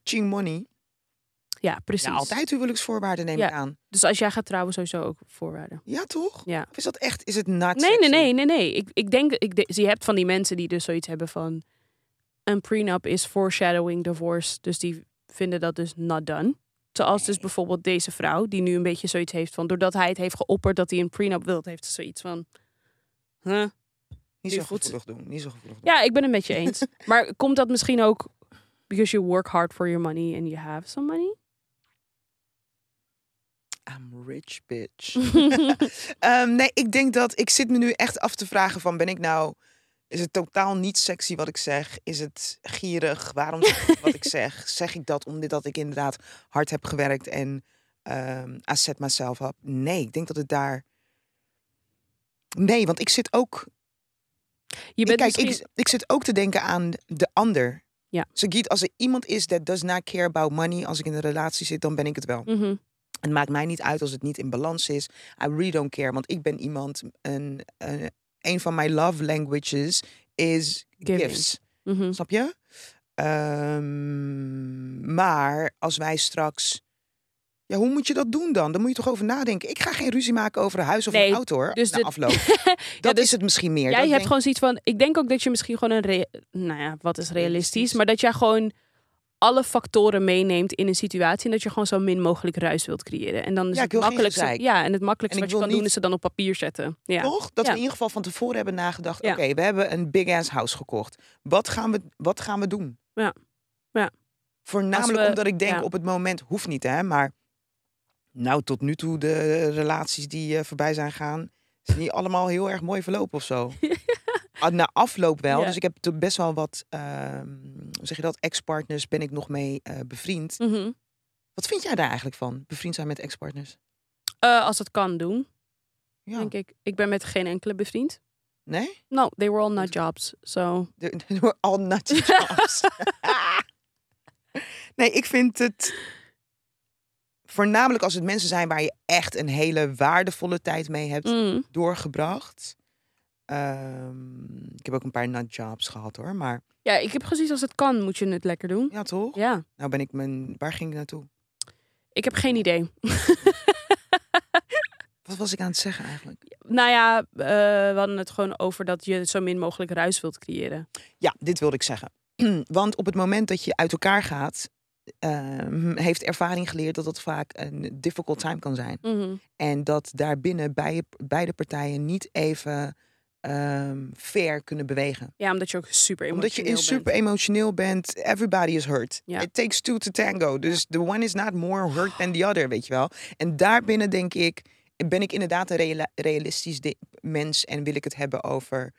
Speaker 1: ching money,
Speaker 2: Ja, precies.
Speaker 1: ja, altijd huwelijksvoorwaarden neem
Speaker 2: Ja.
Speaker 1: ik aan.
Speaker 2: Dus als jij gaat trouwen, sowieso ook voorwaarden.
Speaker 1: Ja, toch?
Speaker 2: Ja.
Speaker 1: Of is dat echt, is het not
Speaker 2: Nee, nee,
Speaker 1: sexy?
Speaker 2: nee, nee, nee. Ik, ik denk, ik de- je hebt van die mensen die dus zoiets hebben van een prenup is foreshadowing divorce. Dus die vinden dat dus not done. Zoals dus bijvoorbeeld deze vrouw, die nu een beetje zoiets heeft van, doordat hij het heeft geopperd dat hij een prenup wil, heeft ze zoiets van. Huh?
Speaker 1: Niet
Speaker 2: Nu
Speaker 1: zo
Speaker 2: goed.
Speaker 1: gevoelig doen, niet zo gevoelig doen.
Speaker 2: Ja, ik ben het met je eens. maar komt dat misschien ook because you work hard for your money and you have some money?
Speaker 1: I'm rich, bitch. Ehm, nee, ik denk dat ik zit me nu echt af te vragen van ben ik nou is het totaal niet sexy wat ik zeg? Is het gierig? Waarom zeg ik wat ik zeg? Zeg ik dat omdat dat ik inderdaad hard heb gewerkt en ehm I set myself up? Nee, ik denk dat het daar Nee, want ik zit ook
Speaker 2: je
Speaker 1: ik,
Speaker 2: bent
Speaker 1: kijk,
Speaker 2: misschien-
Speaker 1: ik, ik zit ook te denken aan de ander.
Speaker 2: Ja.
Speaker 1: Sagiet, als er iemand is that does not care about money, als ik in een relatie zit, dan ben ik het wel.
Speaker 2: Mhm.
Speaker 1: Het maakt mij niet uit als het niet in balans is. I really don't care, want ik ben iemand. Een, een, een van mijn love languages is
Speaker 2: Giving.
Speaker 1: gifts.
Speaker 2: Mhm.
Speaker 1: Snap je? Ehm, maar als wij straks. Ja, hoe moet je dat doen dan? Dan moet je toch over nadenken. Ik ga geen ruzie maken over een huis of
Speaker 2: Nee,
Speaker 1: een auto hoor.
Speaker 2: dus
Speaker 1: na
Speaker 2: dit-
Speaker 1: afloop. Dat
Speaker 2: dus
Speaker 1: is het misschien meer.
Speaker 2: Jij
Speaker 1: Dat
Speaker 2: hebt
Speaker 1: denk-
Speaker 2: gewoon zoiets van. Ik denk ook dat je misschien gewoon een. rea- nou ja, wat is realistisch?
Speaker 1: Realistisch.
Speaker 2: Maar dat jij gewoon alle factoren meeneemt in een situatie. En dat je gewoon zo min mogelijk ruis wilt creëren. En dan is
Speaker 1: Ja, ik
Speaker 2: het
Speaker 1: wil geen
Speaker 2: makkelijkste.
Speaker 1: gezeik.
Speaker 2: Ja, en het makkelijkste
Speaker 1: En
Speaker 2: wat
Speaker 1: ik
Speaker 2: je
Speaker 1: wil
Speaker 2: kan doen
Speaker 1: niet-
Speaker 2: is ze dan op papier zetten. Ja.
Speaker 1: Toch? Dat
Speaker 2: Ja.
Speaker 1: we in ieder geval van tevoren hebben nagedacht.
Speaker 2: Ja.
Speaker 1: Oké, we hebben een big ass house gekocht. Wat gaan we, wat gaan we doen?
Speaker 2: Ja. Ja.
Speaker 1: Voornamelijk
Speaker 2: Als we-
Speaker 1: omdat ik denk
Speaker 2: ja.
Speaker 1: op het moment hoeft niet, hè? Maar nou, tot nu toe de relaties die eh, voorbij zijn gaan, is niet allemaal heel erg mooi verlopen of zo. Ah, Na afloop wel.
Speaker 2: Ja.
Speaker 1: Dus ik heb toch best wel wat, ehm, hoe zeg je dat, ex-partners ben ik nog mee eh, bevriend.
Speaker 2: Mhm.
Speaker 1: Wat vind jij daar eigenlijk van? Bevriend zijn met ex-partners?
Speaker 2: Eh, als dat kan doen,
Speaker 1: Ja.
Speaker 2: denk ik. Ik ben met geen enkele bevriend.
Speaker 1: Nee?
Speaker 2: No, they were all nut jobs. So
Speaker 1: De- de- Door al natje jobs. nee, ik vind het... Voornamelijk als het mensen zijn waar je echt een hele waardevolle tijd mee hebt
Speaker 2: mm,
Speaker 1: doorgebracht. Ehm, ik heb ook een paar nut jobs gehad hoor, maar
Speaker 2: ja, ik heb gezien als het kan, moet je het lekker doen.
Speaker 1: ja toch?
Speaker 2: Ja,
Speaker 1: Nou ben ik mijn... Waar ging ik naartoe?
Speaker 2: ik heb geen idee.
Speaker 1: Wat was ik aan het zeggen eigenlijk?
Speaker 2: Nou ja, eh, we hadden het gewoon over dat je zo min mogelijk ruis wilt creëren.
Speaker 1: Ja, dit wilde ik zeggen. Want op het moment dat je uit elkaar gaat, ehm, heeft ervaring geleerd dat dat vaak een difficult time kan zijn.
Speaker 2: Mhm.
Speaker 1: En dat daarbinnen bij, beide partijen niet even ehm, fair kunnen bewegen.
Speaker 2: Ja, omdat je ook super emotioneel
Speaker 1: Omdat je in
Speaker 2: bent.
Speaker 1: super emotioneel bent, everybody is hurt.
Speaker 2: Ja.
Speaker 1: It takes two to tango. Dus the one is not more hurt than the other, weet je wel. En daarbinnen denk ik, ben ik inderdaad een reala- realistisch di- mens en wil ik het hebben over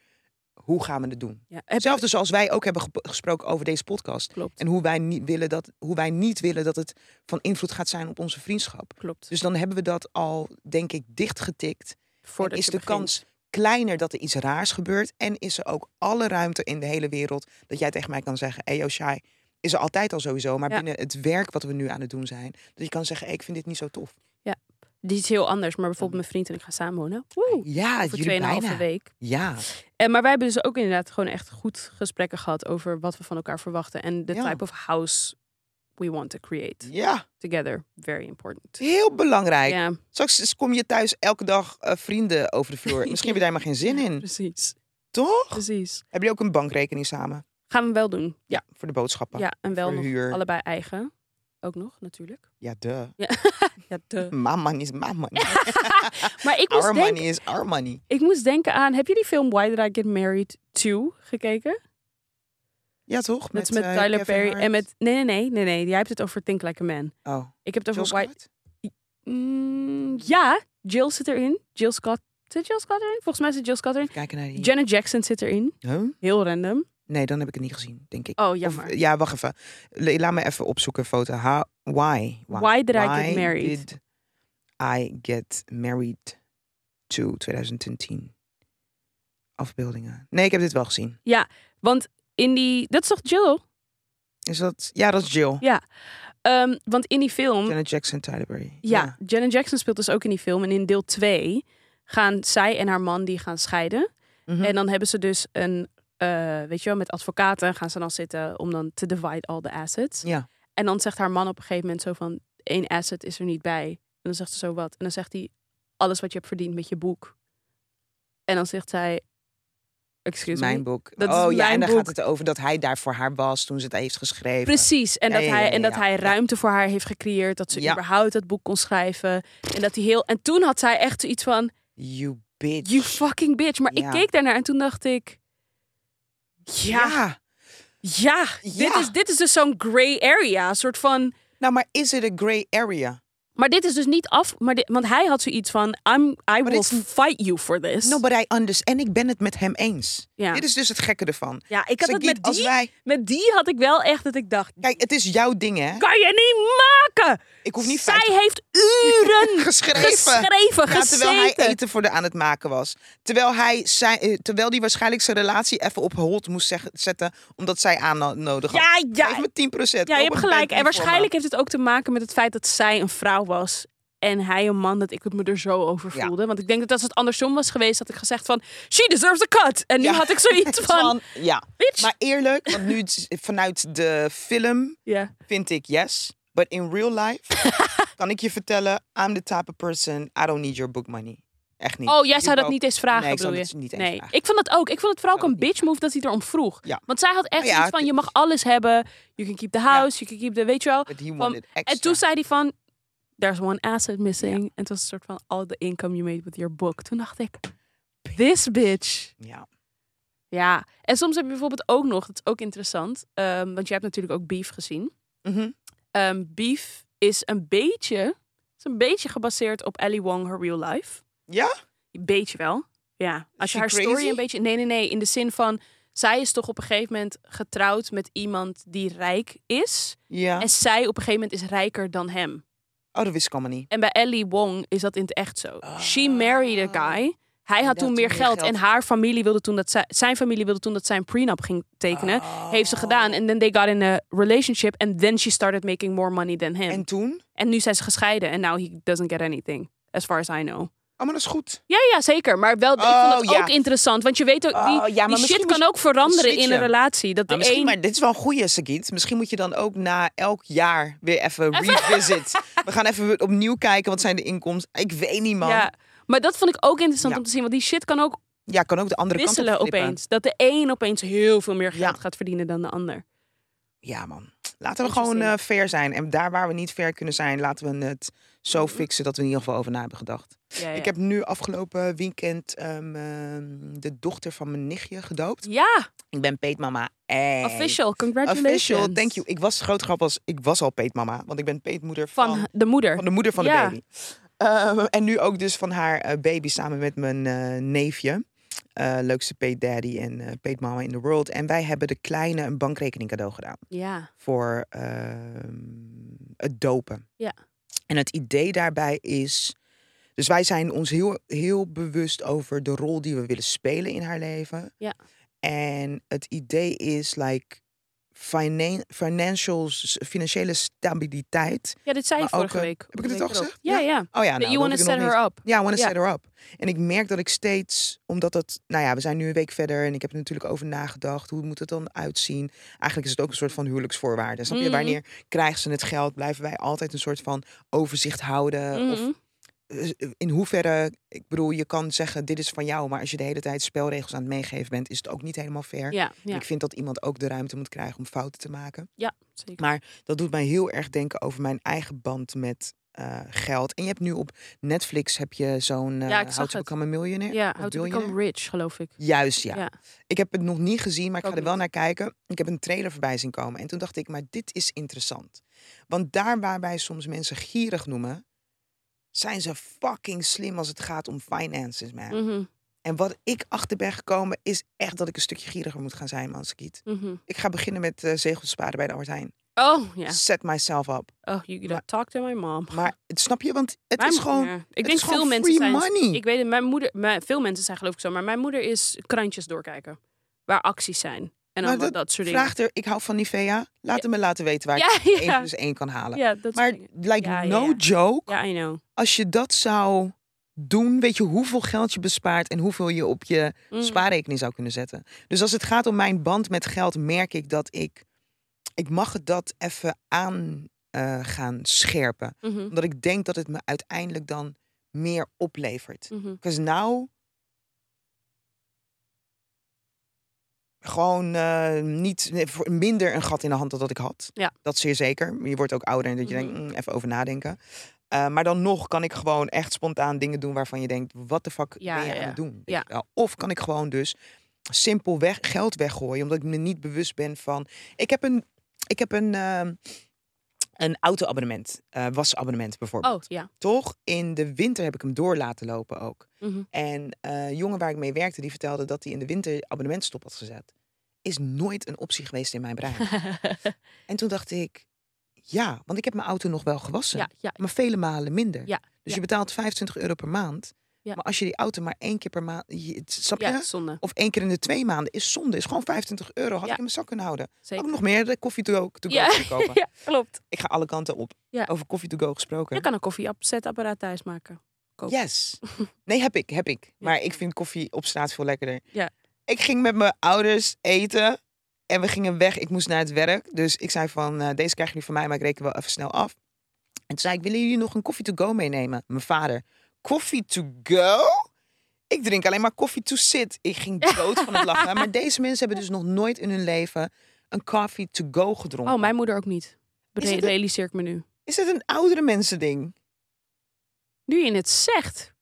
Speaker 1: hoe gaan we het doen.
Speaker 2: Ja, heb-
Speaker 1: Hetzelfde zoals wij ook hebben gep- gesproken over deze podcast.
Speaker 2: Klopt,
Speaker 1: En hoe wij, niet willen dat, hoe wij niet willen dat het van invloed gaat zijn op onze vriendschap.
Speaker 2: klopt.
Speaker 1: Dus dan hebben we dat al, denk ik, dichtgetikt.
Speaker 2: Voordat
Speaker 1: is
Speaker 2: je
Speaker 1: de
Speaker 2: begint.
Speaker 1: kans kleiner dat er iets raars gebeurt. En is er ook alle ruimte in de hele wereld dat jij tegen mij kan zeggen... Hey, yo, Shai, is er altijd al sowieso. Maar
Speaker 2: Ja.
Speaker 1: binnen het werk wat we nu aan het doen zijn... dat je kan zeggen, hey, ik vind dit niet zo tof.
Speaker 2: Die is heel anders, maar bijvoorbeeld mijn vriend en ik gaan samenwonen. Woe,
Speaker 1: Ja,
Speaker 2: voor
Speaker 1: jullie
Speaker 2: 2,5
Speaker 1: bijna.
Speaker 2: week.
Speaker 1: Ja,
Speaker 2: En, maar wij hebben dus ook inderdaad gewoon echt goed gesprekken gehad over wat we van elkaar verwachten. En the
Speaker 1: Ja.
Speaker 2: type of house we want to create
Speaker 1: ja,
Speaker 2: together. Very important.
Speaker 1: heel belangrijk.
Speaker 2: Ja,
Speaker 1: Straks kom je thuis elke dag eh, vrienden over de vloer. Misschien heb je daar maar geen zin in,
Speaker 2: precies.
Speaker 1: toch?
Speaker 2: Precies.
Speaker 1: Hebben jullie ook een bankrekening samen?
Speaker 2: Gaan we wel doen. Ja,
Speaker 1: Voor de boodschappen?
Speaker 2: ja en wel
Speaker 1: voor
Speaker 2: nog
Speaker 1: huur.
Speaker 2: allebei eigen. Ook nog, natuurlijk.
Speaker 1: Ja, duh.
Speaker 2: Ja, de.
Speaker 1: My money is my money.
Speaker 2: Maar ik moest,
Speaker 1: our
Speaker 2: denk,
Speaker 1: money is our money.
Speaker 2: ik moest denken aan... Heb je die film Why Did I Get Married To gekeken?
Speaker 1: Ja, toch?
Speaker 2: Dat is met
Speaker 1: eh,
Speaker 2: Tyler
Speaker 1: Kevin
Speaker 2: Perry
Speaker 1: Hart.
Speaker 2: en met... Nee, nee, nee, nee, nee. Jij hebt het over Think Like a Man.
Speaker 1: Oh,
Speaker 2: Ik heb het
Speaker 1: Jill
Speaker 2: over White...
Speaker 1: Scott?
Speaker 2: Mm, ja, Jill zit erin. Jill Scott. Zit Jill Scott erin? Volgens mij zit Jill Scott erin.
Speaker 1: Even Kijken naar die...
Speaker 2: Janet Jackson zit erin.
Speaker 1: Huh?
Speaker 2: Heel random.
Speaker 1: Nee, dan heb ik het niet gezien, denk ik.
Speaker 2: Oh,
Speaker 1: Of,
Speaker 2: jammer.
Speaker 1: ja, wacht even. La- laat me even opzoeken, foto. How, why?
Speaker 2: Why did I get married?
Speaker 1: did I get married to 2010? Afbeeldingen. Nee, ik heb dit wel gezien.
Speaker 2: Want in die... Dat is toch Jill?
Speaker 1: Is dat... Ja, dat is Jill.
Speaker 2: Ehm, want in die film...
Speaker 1: Janet Jackson, Tyler Perry.
Speaker 2: ja, Janet Jackson speelt dus ook in die film. En in deel 2 gaan zij en haar man die gaan scheiden.
Speaker 1: Mhm.
Speaker 2: En dan hebben ze dus een... eh, weet je wel, met advocaten gaan ze dan zitten om dan te divide all the assets.
Speaker 1: Ja.
Speaker 2: En dan zegt haar man op een gegeven moment zo van... één asset is er niet bij. En dan zegt ze zo wat. En dan zegt hij, alles wat je hebt verdiend met je boek. En dan zegt zij... Excuse
Speaker 1: mijn
Speaker 2: me.
Speaker 1: boek.
Speaker 2: Dat is
Speaker 1: oh ja,
Speaker 2: mijn
Speaker 1: en daar
Speaker 2: boek.
Speaker 1: gaat het over dat hij daar voor haar was toen ze het heeft geschreven.
Speaker 2: Precies. En
Speaker 1: Ja,
Speaker 2: dat,
Speaker 1: ja,
Speaker 2: hij,
Speaker 1: ja,
Speaker 2: en
Speaker 1: ja,
Speaker 2: dat hij
Speaker 1: ja.
Speaker 2: ruimte voor haar heeft gecreëerd. Dat ze
Speaker 1: Ja.
Speaker 2: überhaupt het boek kon schrijven. En, dat hij heel... en toen had zij echt zoiets van...
Speaker 1: You bitch.
Speaker 2: You fucking bitch. Maar
Speaker 1: Ja.
Speaker 2: ik keek daarnaar en toen dacht ik... Ja, ja. Dit,
Speaker 1: Ja.
Speaker 2: is, dit is dus zo'n gray area. Een soort van...
Speaker 1: Nou, maar is het een gray area?
Speaker 2: Maar dit is dus niet af. Maar dit- want hij had zoiets van: I'm, I will
Speaker 1: dit
Speaker 2: fight you for this.
Speaker 1: No, but I understand. En ik ben het met hem eens.
Speaker 2: ja.
Speaker 1: Dit is dus het gekke ervan.
Speaker 2: ja, ik had het
Speaker 1: Sagiet,
Speaker 2: met
Speaker 1: als
Speaker 2: die.
Speaker 1: wij...
Speaker 2: Met die had ik wel echt dat ik dacht:
Speaker 1: Kijk, het is jouw ding, hè?
Speaker 2: kan je niet maken?
Speaker 1: Ik hoef niet
Speaker 2: Zij
Speaker 1: vijf-
Speaker 2: heeft uren
Speaker 1: geschreven.
Speaker 2: geschreven,
Speaker 1: Ja, terwijl hij
Speaker 2: gezeten.
Speaker 1: eten voor de aan het maken was. Terwijl hij, zijn, eh, terwijl die waarschijnlijk zijn relatie even op hold moest zeg- zetten. Omdat zij aannodig had.
Speaker 2: Ja,
Speaker 1: Geef
Speaker 2: ja.
Speaker 1: me 10 procent.
Speaker 2: Ja, je hebt gelijk. En waarschijnlijk heeft het ook te maken met het feit dat zij een vrouw was. En hij een man, dat ik het me er zo over
Speaker 1: Ja.
Speaker 2: voelde. Want ik denk dat als het andersom was geweest, had ik gezegd van... She deserves a cut. En nu
Speaker 1: Ja.
Speaker 2: had ik zoiets van...
Speaker 1: Ja,
Speaker 2: Bitch.
Speaker 1: maar eerlijk. Want nu het is- vanuit de film
Speaker 2: ja.
Speaker 1: vind ik yes. But in real life kan ik je vertellen, I'm the type of person, I don't need your book money. Echt niet.
Speaker 2: Oh, jij
Speaker 1: You
Speaker 2: zou dat
Speaker 1: go-
Speaker 2: niet eens vragen,
Speaker 1: Nee, ik zou
Speaker 2: bedoel
Speaker 1: dat
Speaker 2: je?
Speaker 1: niet eens
Speaker 2: nee,
Speaker 1: vragen.
Speaker 2: ik vond dat ook. Ik vond het vooral ook
Speaker 1: Zou
Speaker 2: een
Speaker 1: ik niet
Speaker 2: bitch move dat hij erom vroeg.
Speaker 1: Ja.
Speaker 2: Want zij had echt
Speaker 1: Nou ja,
Speaker 2: iets van,
Speaker 1: het
Speaker 2: je
Speaker 1: is-
Speaker 2: mag alles hebben. You can keep the house, you can keep the, weet je wel.
Speaker 1: But he
Speaker 2: Van,
Speaker 1: wanted extra.
Speaker 2: en toen zei hij van, there's one asset missing. En het was een soort van, all the income you made with your book. Toen dacht ik, this bitch.
Speaker 1: Ja.
Speaker 2: Ja, en soms heb je bijvoorbeeld ook nog, dat is ook interessant. ehm, want je hebt natuurlijk ook Beef gezien.
Speaker 1: Mhm.
Speaker 2: Ehm, Beef is een beetje, is een beetje gebaseerd op Ellie Wong, Her Real Life.
Speaker 1: Ja?
Speaker 2: Een beetje wel. Ja. Als
Speaker 1: she
Speaker 2: je haar story
Speaker 1: crazy?
Speaker 2: een beetje. Nee, nee, nee. In de zin van. Zij is toch op een gegeven moment getrouwd met iemand die rijk is.
Speaker 1: Ja.
Speaker 2: En zij op een gegeven moment is rijker dan hem.
Speaker 1: Oh, dat wist ik allemaal niet. Ah.
Speaker 2: En bij Ellie Wong is dat in het echt zo. She married a guy. Hij
Speaker 1: dat
Speaker 2: had toen meer geld, en haar familie wilde toen dat zij, zijn familie wilde toen dat zij een prenup ging tekenen.
Speaker 1: Ah.
Speaker 2: Heeft ze gedaan. En then they got in a relationship. And then she started making more money than him.
Speaker 1: En
Speaker 2: En,
Speaker 1: toen?
Speaker 2: nu zijn ze gescheiden. En now he doesn't get anything. As far as I know.
Speaker 1: Oh, maar dat is goed.
Speaker 2: Ja, ja, zeker. Maar wel, ik
Speaker 1: Oh,
Speaker 2: vond het
Speaker 1: ja.
Speaker 2: ook interessant. Want je weet ook, die,
Speaker 1: Oh, ja, maar
Speaker 2: die
Speaker 1: misschien
Speaker 2: shit
Speaker 1: moest-
Speaker 2: kan ook veranderen in
Speaker 1: switchen.
Speaker 2: een relatie. Dat de
Speaker 1: Maar Nou, misschien,
Speaker 2: een...
Speaker 1: maar dit is wel een goede Sagit. Misschien moet je dan ook na elk jaar weer even revisit. We gaan even weer opnieuw kijken wat zijn de inkomsten. Ik weet niet, man. Ja,
Speaker 2: Ja, maar dat vond ik ook interessant
Speaker 1: Ja.
Speaker 2: om te zien. Want die shit kan ook
Speaker 1: kan ook de andere kant
Speaker 2: wisselen
Speaker 1: op flippen.
Speaker 2: opeens. Dat de een opeens heel veel meer geld
Speaker 1: Ja.
Speaker 2: gaat verdienen dan de ander.
Speaker 1: Ja, man. Laten we gewoon eh,
Speaker 2: Interesting.
Speaker 1: fair zijn. En daar waar we niet fair kunnen zijn, laten we het zo fixen dat we in ieder geval over na hebben gedacht.
Speaker 2: Ja, ja.
Speaker 1: Ik heb nu afgelopen weekend ehm, ehm, de dochter van mijn nichtje gedoopt.
Speaker 2: ja
Speaker 1: Ik ben peetmama. En...
Speaker 2: official. Congratulations.
Speaker 1: Official, thank you. Ik was groot grap als ik was al peetmama, want ik ben peetmoeder van,
Speaker 2: Van de moeder.
Speaker 1: van de moeder van de
Speaker 2: Ja.
Speaker 1: baby. Ehm, en nu ook dus van haar eh, baby samen met mijn eh, neefje. Eh, leukste peetdaddy en eh peetmama in the world. En wij hebben de kleine een bankrekening cadeau gedaan
Speaker 2: Ja.
Speaker 1: voor ehm, het dopen.
Speaker 2: Ja.
Speaker 1: En het idee daarbij is. Dus wij zijn ons heel, heel bewust over de rol die we willen spelen in haar leven.
Speaker 2: Ja.
Speaker 1: En het idee is, like, finan- financials, financiële stabiliteit.
Speaker 2: ja, dit zei je
Speaker 1: Maar ook,
Speaker 2: vorige
Speaker 1: eh,
Speaker 2: week.
Speaker 1: heb ik het
Speaker 2: Week
Speaker 1: al
Speaker 2: erop.
Speaker 1: gezegd? Ja.
Speaker 2: Ja, ja.
Speaker 1: Oh ja, nou,
Speaker 2: That
Speaker 1: dat
Speaker 2: you want
Speaker 1: heb
Speaker 2: to
Speaker 1: ik nog
Speaker 2: set
Speaker 1: niet-
Speaker 2: her up.
Speaker 1: ja, I want to
Speaker 2: Ja.
Speaker 1: set her up. En ik merk dat ik steeds, omdat dat, nou ja, we zijn nu een week verder en ik heb er natuurlijk over nagedacht. Hoe moet het dan uitzien? Eigenlijk is het ook een soort van huwelijksvoorwaarden. Snap je?
Speaker 2: Mhm.
Speaker 1: Wanneer krijgen ze het geld? Blijven wij altijd een soort van overzicht houden? Of
Speaker 2: Mhm.
Speaker 1: eh, in hoeverre, ik bedoel, je kan zeggen, dit is van jou. Maar als je de hele tijd spelregels aan het meegeven bent, is het ook niet helemaal fair.
Speaker 2: Ja, ja.
Speaker 1: Ik vind dat iemand ook de ruimte moet krijgen om fouten te maken.
Speaker 2: Zeker.
Speaker 1: Maar dat doet mij heel erg denken over mijn eigen band met eh, geld. En je hebt nu op Netflix heb je zo'n eh
Speaker 2: Ja, ik
Speaker 1: How
Speaker 2: zag
Speaker 1: to
Speaker 2: het.
Speaker 1: Become a Millionaire.
Speaker 2: Ja,
Speaker 1: of
Speaker 2: how to
Speaker 1: Billionaire.
Speaker 2: become rich, geloof ik.
Speaker 1: Juist, ja.
Speaker 2: Ja.
Speaker 1: Ik heb het nog niet gezien, maar ik
Speaker 2: Ook
Speaker 1: ga er wel
Speaker 2: niet.
Speaker 1: naar kijken. Ik heb een trailer voorbij zien komen. En toen dacht ik, maar dit is interessant. Want daar waar wij soms mensen gierig noemen, zijn ze fucking slim als het gaat om finances, man.
Speaker 2: Mhm,
Speaker 1: En wat ik achter ben gekomen, is echt dat ik een stukje gieriger moet gaan zijn, man. Sakiet.
Speaker 2: mhm.
Speaker 1: Ik ga beginnen met eh zegels sparen bij de Albert Heijn.
Speaker 2: Oh, ja.
Speaker 1: Set myself up.
Speaker 2: Oh, you
Speaker 1: Maar-
Speaker 2: gotta talk to my mom.
Speaker 1: Maar het- snap je? Want het
Speaker 2: Mijn
Speaker 1: is
Speaker 2: mo-
Speaker 1: gewoon.
Speaker 2: ja. Ik
Speaker 1: het
Speaker 2: denk
Speaker 1: is gewoon
Speaker 2: veel mensen
Speaker 1: free
Speaker 2: zijn.
Speaker 1: money.
Speaker 2: Ik weet het, mijn moeder. Mijn, veel mensen zijn geloof ik zo, maar mijn moeder is krantjes doorkijken. Waar acties zijn. En
Speaker 1: Maar
Speaker 2: allemaal dat, soort dingen.
Speaker 1: Vraag er, ik hou van Nivea. Laat hem me laten weten waar
Speaker 2: Ja,
Speaker 1: ik één
Speaker 2: ja.
Speaker 1: plus één kan halen.
Speaker 2: Ja, dat
Speaker 1: maar
Speaker 2: soort dingen.
Speaker 1: like
Speaker 2: Ja, ja,
Speaker 1: no
Speaker 2: ja.
Speaker 1: joke,
Speaker 2: Ja, I know.
Speaker 1: als je dat zou doen, weet je hoeveel geld je bespaart en hoeveel je op je
Speaker 2: Mm.
Speaker 1: spaarrekening zou kunnen zetten. Dus als het gaat om mijn band met geld, merk ik dat ik, ik mag het dat even aan eh, gaan scherpen.
Speaker 2: Mhm,
Speaker 1: Omdat ik denk dat het me uiteindelijk dan meer oplevert.
Speaker 2: mhm.
Speaker 1: Because now... Gewoon eh, niet, nee, voor- minder een gat in de hand dan dat ik had.
Speaker 2: Ja.
Speaker 1: Dat zeer zeker. Je wordt ook ouder en dat je
Speaker 2: Mhm.
Speaker 1: denkt, mm, even over nadenken. Eh, maar dan nog kan ik gewoon echt spontaan dingen doen waarvan je denkt, wat de fuck
Speaker 2: Ja,
Speaker 1: ben je
Speaker 2: ja,
Speaker 1: aan
Speaker 2: ja.
Speaker 1: het doen? Weet
Speaker 2: Ja.
Speaker 1: je wel? Of kan ik gewoon dus simpel weg, geld weggooien, omdat ik me niet bewust ben van... Ik heb een, ik heb een, ehm, een auto-abonnement, eh, wasabonnement bijvoorbeeld.
Speaker 2: Oh, ja.
Speaker 1: Toch? In de winter heb ik hem door laten lopen ook.
Speaker 2: Mhm.
Speaker 1: En eh jongen waar ik mee werkte, die vertelde dat hij in de winter abonnementstop had gezet. Is nooit een optie geweest in mijn brein. en toen dacht ik, ja, want ik heb mijn auto nog wel gewassen.
Speaker 2: ja, ja.
Speaker 1: Maar vele malen minder.
Speaker 2: Ja,
Speaker 1: Dus
Speaker 2: ja.
Speaker 1: je betaalt 25 euro per maand.
Speaker 2: Ja.
Speaker 1: Maar als je die auto maar één keer per maand... je- Snap je?
Speaker 2: Ja, zonde.
Speaker 1: Of één keer in de twee maanden is zonde. Is gewoon 25 euro. Had
Speaker 2: Ja.
Speaker 1: ik in mijn zak kunnen houden. Had
Speaker 2: Zeker.
Speaker 1: ik nog meer de koffie to go, to go
Speaker 2: Ja.
Speaker 1: kunnen kopen.
Speaker 2: Ja, Oh, klopt.
Speaker 1: Ik ga alle kanten op.
Speaker 2: Ja.
Speaker 1: Over koffie to go gesproken.
Speaker 2: Je kan een koffiezetapparaat thuis maken. kopen.
Speaker 1: Yes. Nee, heb ik, heb ik. Maar ik vind koffie op straat veel lekkerder.
Speaker 2: Ja.
Speaker 1: Ik ging met mijn ouders eten en we gingen weg. Ik moest naar het werk. Dus ik zei van, eh, deze krijgen jullie van mij, maar ik reken wel even snel af. En toen zei ik, willen jullie nog een koffie to go meenemen? Mijn vader, koffie to go? Ik drink alleen maar koffie to sit. Ik ging dood van het lachen. Maar deze mensen hebben dus nog nooit in hun leven een coffee to go gedronken.
Speaker 2: Oh, mijn moeder ook niet.
Speaker 1: Is het
Speaker 2: Re-
Speaker 1: een-
Speaker 2: Realiseer ik me nu.
Speaker 1: Is het een oudere mensen ding?
Speaker 2: Nu je het zegt.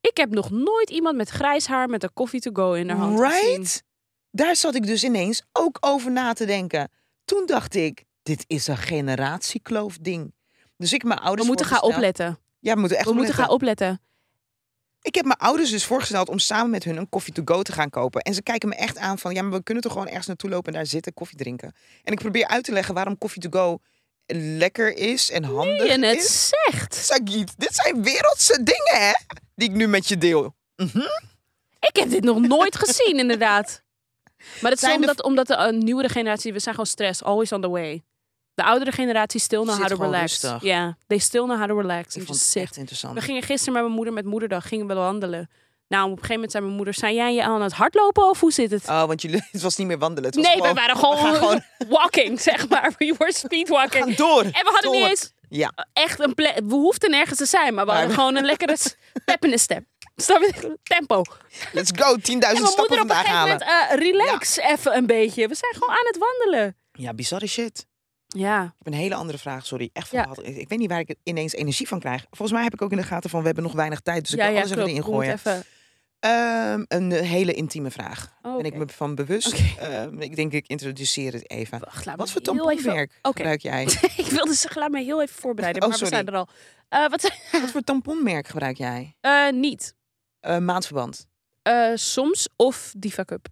Speaker 2: Ik heb nog nooit iemand met grijs haar met een koffie to go in haar hand gezien.
Speaker 1: Right? Daar zat ik dus ineens ook over na te denken. Toen dacht ik, dit is een generatiekloof ding. Dus ik heb mijn
Speaker 2: We
Speaker 1: ouders
Speaker 2: moeten gaan
Speaker 1: voorgesteld-
Speaker 2: opletten.
Speaker 1: Ja, we moeten echt
Speaker 2: We moeten
Speaker 1: opletten.
Speaker 2: gaan opletten.
Speaker 1: Ik heb mijn ouders dus voorgesteld om samen met hun een koffie to go te gaan kopen. En ze kijken me echt aan van, ja, maar we kunnen toch gewoon ergens naartoe lopen en daar zitten koffie drinken. En ik probeer uit te leggen waarom koffie to go lekker is en handig
Speaker 2: Je het
Speaker 1: is.
Speaker 2: zegt.
Speaker 1: Sagiet, dit zijn wereldse dingen, hè? Die ik nu met je deel. Mhm.
Speaker 2: Ik heb dit nog nooit gezien, inderdaad. Maar dat is
Speaker 1: Zijn de-
Speaker 2: omdat, omdat de eh, nieuwere generatie, we zijn gewoon stress, always on the way. De oudere generatie still know
Speaker 1: Zit
Speaker 2: how to
Speaker 1: gewoon
Speaker 2: relax. Ja,
Speaker 1: rustig.
Speaker 2: they still know how to relax.
Speaker 1: Ik
Speaker 2: and
Speaker 1: vond
Speaker 2: just
Speaker 1: het
Speaker 2: sit.
Speaker 1: echt interessant.
Speaker 2: We gingen gisteren met mijn moeder met moederdag, gingen we wandelen. Nou, op een gegeven moment zei mijn moeder, zijn jij je aan het hardlopen of hoe zit het?
Speaker 1: Oh, want jullie, het was niet meer wandelen. Het was
Speaker 2: nee,
Speaker 1: gewoon,
Speaker 2: we waren
Speaker 1: we gaan
Speaker 2: gewoon,
Speaker 1: gewoon-
Speaker 2: walking, zeg maar. We were speedwalking.
Speaker 1: gaan door.
Speaker 2: En we hadden niet
Speaker 1: door.
Speaker 2: eens
Speaker 1: Ja,
Speaker 2: echt een plek. We hoefden nergens te zijn, maar we hadden
Speaker 1: Maar
Speaker 2: gewoon een lekkere s- step in de step. Snap je? Tempo.
Speaker 1: let's go. 10.000
Speaker 2: En we
Speaker 1: stappen
Speaker 2: moeten op een
Speaker 1: vandaag
Speaker 2: gegeven
Speaker 1: halen.
Speaker 2: moment eh, relax even een beetje. We zijn gewoon aan het wandelen.
Speaker 1: Ja, bizarre shit.
Speaker 2: Ja,
Speaker 1: Ik heb een hele andere vraag, sorry. Echt van
Speaker 2: Ja.
Speaker 1: gehad. ik, ik weet niet waar ik ineens energie van krijg. Volgens mij heb ik ook in de gaten van, we hebben nog weinig tijd. Dus ik
Speaker 2: ja,
Speaker 1: kan
Speaker 2: ja,
Speaker 1: alles
Speaker 2: klopt.
Speaker 1: even
Speaker 2: We
Speaker 1: erin
Speaker 2: moeten
Speaker 1: gooien.
Speaker 2: even-
Speaker 1: Ehm, een eh, hele intieme vraag.
Speaker 2: Oh,
Speaker 1: Ben ik
Speaker 2: oké.
Speaker 1: me van bewust.
Speaker 2: Oké.
Speaker 1: Ehm, ik denk, ik introduceer het even.
Speaker 2: Wacht, laat
Speaker 1: Wat
Speaker 2: me
Speaker 1: voor
Speaker 2: heel even-
Speaker 1: tamponmerk
Speaker 2: Oké.
Speaker 1: gebruik jij?
Speaker 2: ik wilde zeggen, laat me heel even voorbereiden,
Speaker 1: Oh,
Speaker 2: maar we
Speaker 1: sorry.
Speaker 2: zijn er al. Eh, wat zijn...
Speaker 1: Wat voor tamponmerk gebruik jij?
Speaker 2: Eh, niet.
Speaker 1: Eh, maandverband.
Speaker 2: Eh, soms of Diva Cup.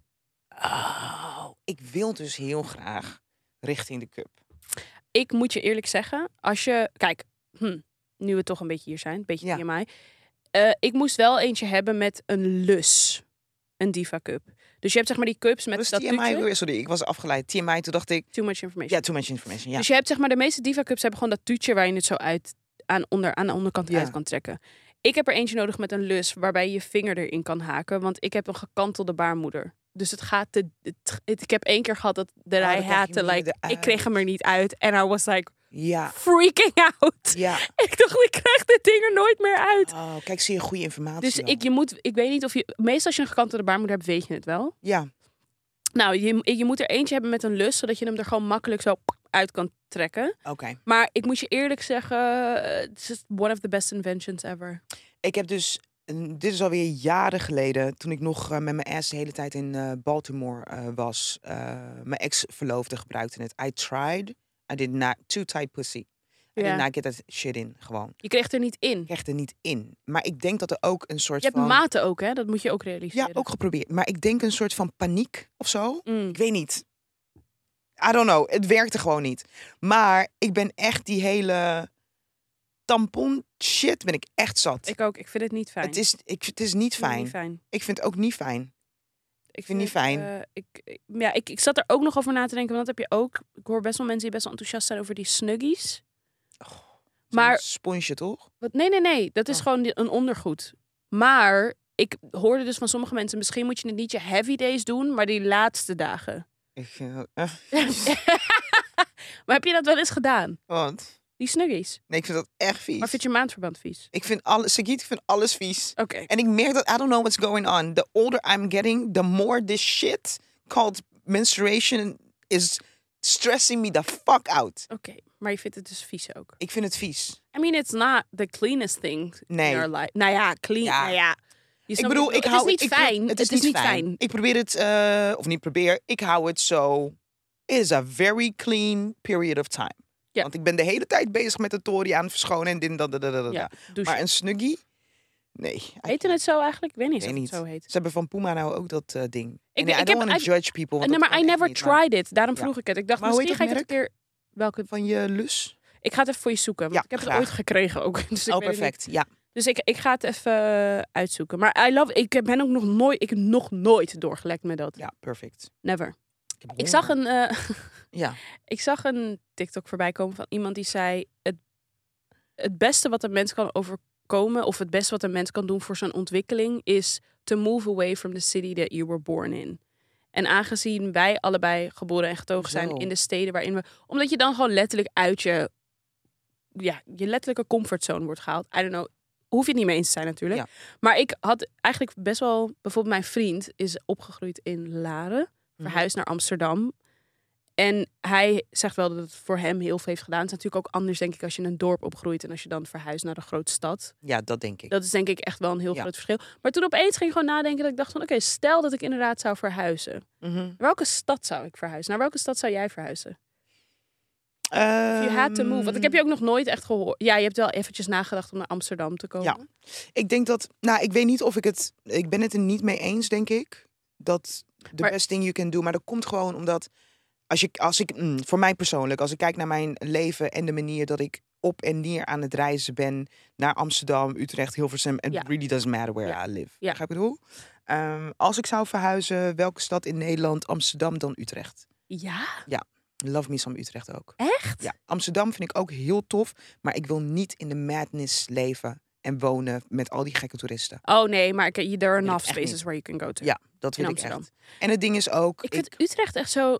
Speaker 1: Oh, ik wil dus heel graag richting de cup.
Speaker 2: ik moet je eerlijk zeggen, als je. Kijk, hm, nu we toch een beetje hier zijn, een beetje
Speaker 1: Ja.
Speaker 2: TMI. Eh, ik moest wel eentje hebben met een lus. Een Diva Cup. Dus je hebt zeg maar die cups met
Speaker 1: Wat is TMI
Speaker 2: statuutje.
Speaker 1: weer? Sorry, ik was afgeleid. TMI, toen dacht ik,
Speaker 2: Too much information.
Speaker 1: ja, too much information. Ja.
Speaker 2: Dus je hebt zeg maar de meeste Diva Cups hebben gewoon dat tuutje waar je het zo uit aan, onder, aan de onderkant
Speaker 1: Ja.
Speaker 2: uit kan trekken. Ik heb er eentje nodig met een lus waarbij je vinger erin kan haken, want ik heb een gekantelde baarmoeder. Dus het gaat te. het- het- ik heb één keer gehad dat, dat
Speaker 1: Oh,
Speaker 2: hij
Speaker 1: dan krijg je
Speaker 2: haatte.
Speaker 1: hem niet
Speaker 2: Like,
Speaker 1: eruit.
Speaker 2: ik kreeg hem er niet uit. En I was like
Speaker 1: Ja,
Speaker 2: freaking out.
Speaker 1: ja.
Speaker 2: Ik dacht, ik krijg dit ding er nooit meer uit.
Speaker 1: Oh, kijk, zie je goede informatie.
Speaker 2: Dus
Speaker 1: al.
Speaker 2: ik, je moet, ik weet niet of je. Meestal als je een gekantelde baarmoeder hebt, weet je het wel.
Speaker 1: Ja,
Speaker 2: Nou, je, je moet er eentje hebben met een lus, zodat je hem er gewoon makkelijk zo uit kan trekken.
Speaker 1: oké.
Speaker 2: Maar ik moet je eerlijk zeggen, eh, het is one of the best inventions ever.
Speaker 1: Ik heb dus, een- dit is alweer jaren geleden, toen ik nog eh, met mijn ass de hele tijd in eh, Baltimore eh, was. eh, mijn ex-verloofde gebruikte het. I tried, I did not, too tight pussy. I
Speaker 2: Ja.
Speaker 1: did not get that shit in, gewoon.
Speaker 2: Je kreeg er niet in.
Speaker 1: Ik kreeg er niet in. Maar ik denk dat er ook een soort
Speaker 2: Je hebt
Speaker 1: van...
Speaker 2: maten ook, hè? Dat moet je ook realiseren.
Speaker 1: Ja, ook geprobeerd. Maar ik denk een soort van paniek of zo.
Speaker 2: Mm.
Speaker 1: Ik weet niet. I don't know. Het werkte gewoon niet. Maar ik ben echt die hele tampon shit ben ik echt zat.
Speaker 2: Ik ook. Ik vind het niet fijn.
Speaker 1: het, is, ik, het is niet
Speaker 2: Ik vind het
Speaker 1: fijn.
Speaker 2: niet fijn.
Speaker 1: Ik vind het ook niet fijn.
Speaker 2: Ik
Speaker 1: vind het niet
Speaker 2: het,
Speaker 1: fijn.
Speaker 2: eh, ik, ik- ja, ik, ik zat er ook nog over na te denken, want dat heb je ook. Ik hoor best wel mensen die best wel enthousiast zijn over die snuggies.
Speaker 1: Zo'n
Speaker 2: Maar-
Speaker 1: Sponsje toch?
Speaker 2: Wat? Nee, nee, nee. Dat is
Speaker 1: Oh.
Speaker 2: gewoon die- een ondergoed. Maar ik hoorde dus van sommige mensen... misschien moet je het niet je heavy days doen... maar die laatste dagen.
Speaker 1: Ik, eh, eh,
Speaker 2: maar heb je dat wel eens gedaan?
Speaker 1: wat?
Speaker 2: Die snuggies.
Speaker 1: Nee, ik vind dat echt vies.
Speaker 2: Maar vind je maandverband vies?
Speaker 1: Ik vind alles, Sagiet, ik vind alles vies.
Speaker 2: Oké.
Speaker 1: En ik merk dat, I don't know what's going on. The older I'm getting, the more this shit called menstruation is stressing me the fuck out.
Speaker 2: Oké, maar je vindt het dus vies ook.
Speaker 1: Ik vind het vies.
Speaker 2: I mean, it's not the cleanest thing
Speaker 1: Nee.
Speaker 2: in our life. Nou ja, clean.
Speaker 1: Ja.
Speaker 2: Nou ja. Je
Speaker 1: Ik
Speaker 2: snapt
Speaker 1: bedoel,
Speaker 2: wat
Speaker 1: ik
Speaker 2: bedoel.
Speaker 1: hou
Speaker 2: Het is niet
Speaker 1: ik pro-
Speaker 2: fijn. Het is niet fijn.
Speaker 1: Ik probeer het, eh, of niet probeer, ik hou het zo. It is a very clean period of time.
Speaker 2: Ja.
Speaker 1: Want ik ben de hele tijd bezig met de tory aan het verschonen en dit en dat, dat, dat, dat, dat.
Speaker 2: Ja, douche.
Speaker 1: Maar een snuggie? Nee.
Speaker 2: Heette het zo eigenlijk? Ik weet niet
Speaker 1: Ik
Speaker 2: eens
Speaker 1: weet
Speaker 2: of
Speaker 1: niet.
Speaker 2: het zo heet.
Speaker 1: Ze hebben van Puma nou ook dat eh, ding. Ik,
Speaker 2: weet-
Speaker 1: I
Speaker 2: ik
Speaker 1: don't
Speaker 2: heb-
Speaker 1: want
Speaker 2: I-
Speaker 1: to judge people. want
Speaker 2: nee,
Speaker 1: dat
Speaker 2: maar I
Speaker 1: kan echt
Speaker 2: never
Speaker 1: niet, maar-
Speaker 2: tried it. Daarom
Speaker 1: Ja.
Speaker 2: vroeg ik het. Ik dacht,
Speaker 1: Maar hoe heet
Speaker 2: misschien ga ik het
Speaker 1: dat
Speaker 2: een keer... Welke?
Speaker 1: Van je lus?
Speaker 2: Dus Ik ga het even voor je zoeken. Want
Speaker 1: Ja,
Speaker 2: ik heb
Speaker 1: graag.
Speaker 2: het ooit gekregen ook. Dus ik
Speaker 1: oh,
Speaker 2: weet het niet.
Speaker 1: perfect. Ja.
Speaker 2: Dus ik, ik ga het even eh, uitzoeken. Maar I love, ik ben ook nog nooit, ik heb nog nooit doorgelekt met dat.
Speaker 1: Ja, perfect.
Speaker 2: Never.
Speaker 1: Ik, heb
Speaker 2: Ik zag
Speaker 1: honger.
Speaker 2: een, eh,
Speaker 1: Ja.
Speaker 2: ik zag een TikTok voorbij komen van iemand die zei... Het, het beste wat een mens kan overkomen... of het beste wat een mens kan doen voor zijn ontwikkeling... is to move away from the city that you were born in. En aangezien wij allebei geboren en getogen zijn
Speaker 1: Zo.
Speaker 2: in de steden waarin we... Omdat je dan gewoon letterlijk uit je... Ja, je letterlijke comfortzone wordt gehaald. I don't know. Hoef je het niet mee eens te zijn natuurlijk.
Speaker 1: Ja.
Speaker 2: Maar ik had eigenlijk best wel... Bijvoorbeeld mijn vriend is opgegroeid in Laren
Speaker 1: Mhm.
Speaker 2: verhuisd naar Amsterdam. En hij zegt wel dat het voor hem heel veel heeft gedaan. Het is natuurlijk ook anders, denk ik, als je in een dorp opgroeit en als je dan verhuist naar een grote stad.
Speaker 1: Ja, dat denk ik.
Speaker 2: Dat is denk ik echt wel een heel
Speaker 1: Ja.
Speaker 2: groot verschil. Maar toen opeens ging ik gewoon nadenken dat ik dacht van oké, stel dat ik inderdaad zou verhuizen. Naar
Speaker 1: Mhm.
Speaker 2: welke stad zou ik verhuizen? Naar welke stad zou jij verhuizen? If you had to move. Want ik heb
Speaker 1: Ehm,
Speaker 2: je ook nog nooit echt gehoord. Ja, je hebt wel eventjes nagedacht om naar Amsterdam te komen.
Speaker 1: Ja. Ik denk dat, nou, ik weet niet of ik het, ik ben het er niet mee eens, denk ik. Dat de
Speaker 2: Maar-
Speaker 1: best thing you can do. Maar dat komt gewoon omdat, als, je, als ik, mm, voor mij persoonlijk, als ik kijk naar mijn leven en de manier dat ik op en neer aan het reizen ben naar Amsterdam, Utrecht, Hilversum. It
Speaker 2: Ja.
Speaker 1: really doesn't matter where
Speaker 2: Ja.
Speaker 1: I live.
Speaker 2: Ja.
Speaker 1: Begrijp je wat ik bedoel? Ehm, als ik zou verhuizen, welke stad in Nederland? Amsterdam dan Utrecht.
Speaker 2: Ja?
Speaker 1: Love me some Utrecht ook.
Speaker 2: Echt?
Speaker 1: Ja, Amsterdam vind ik ook heel tof, maar ik wil niet in de madness leven en wonen met al die gekke toeristen.
Speaker 2: Oh nee, maar ik- there are
Speaker 1: ik
Speaker 2: enough
Speaker 1: echt
Speaker 2: spaces
Speaker 1: niet.
Speaker 2: where you can go to.
Speaker 1: Ja, dat
Speaker 2: In
Speaker 1: wil ik
Speaker 2: Amsterdam.
Speaker 1: echt. En het ding is ook, ik
Speaker 2: Ik vind Utrecht echt zo...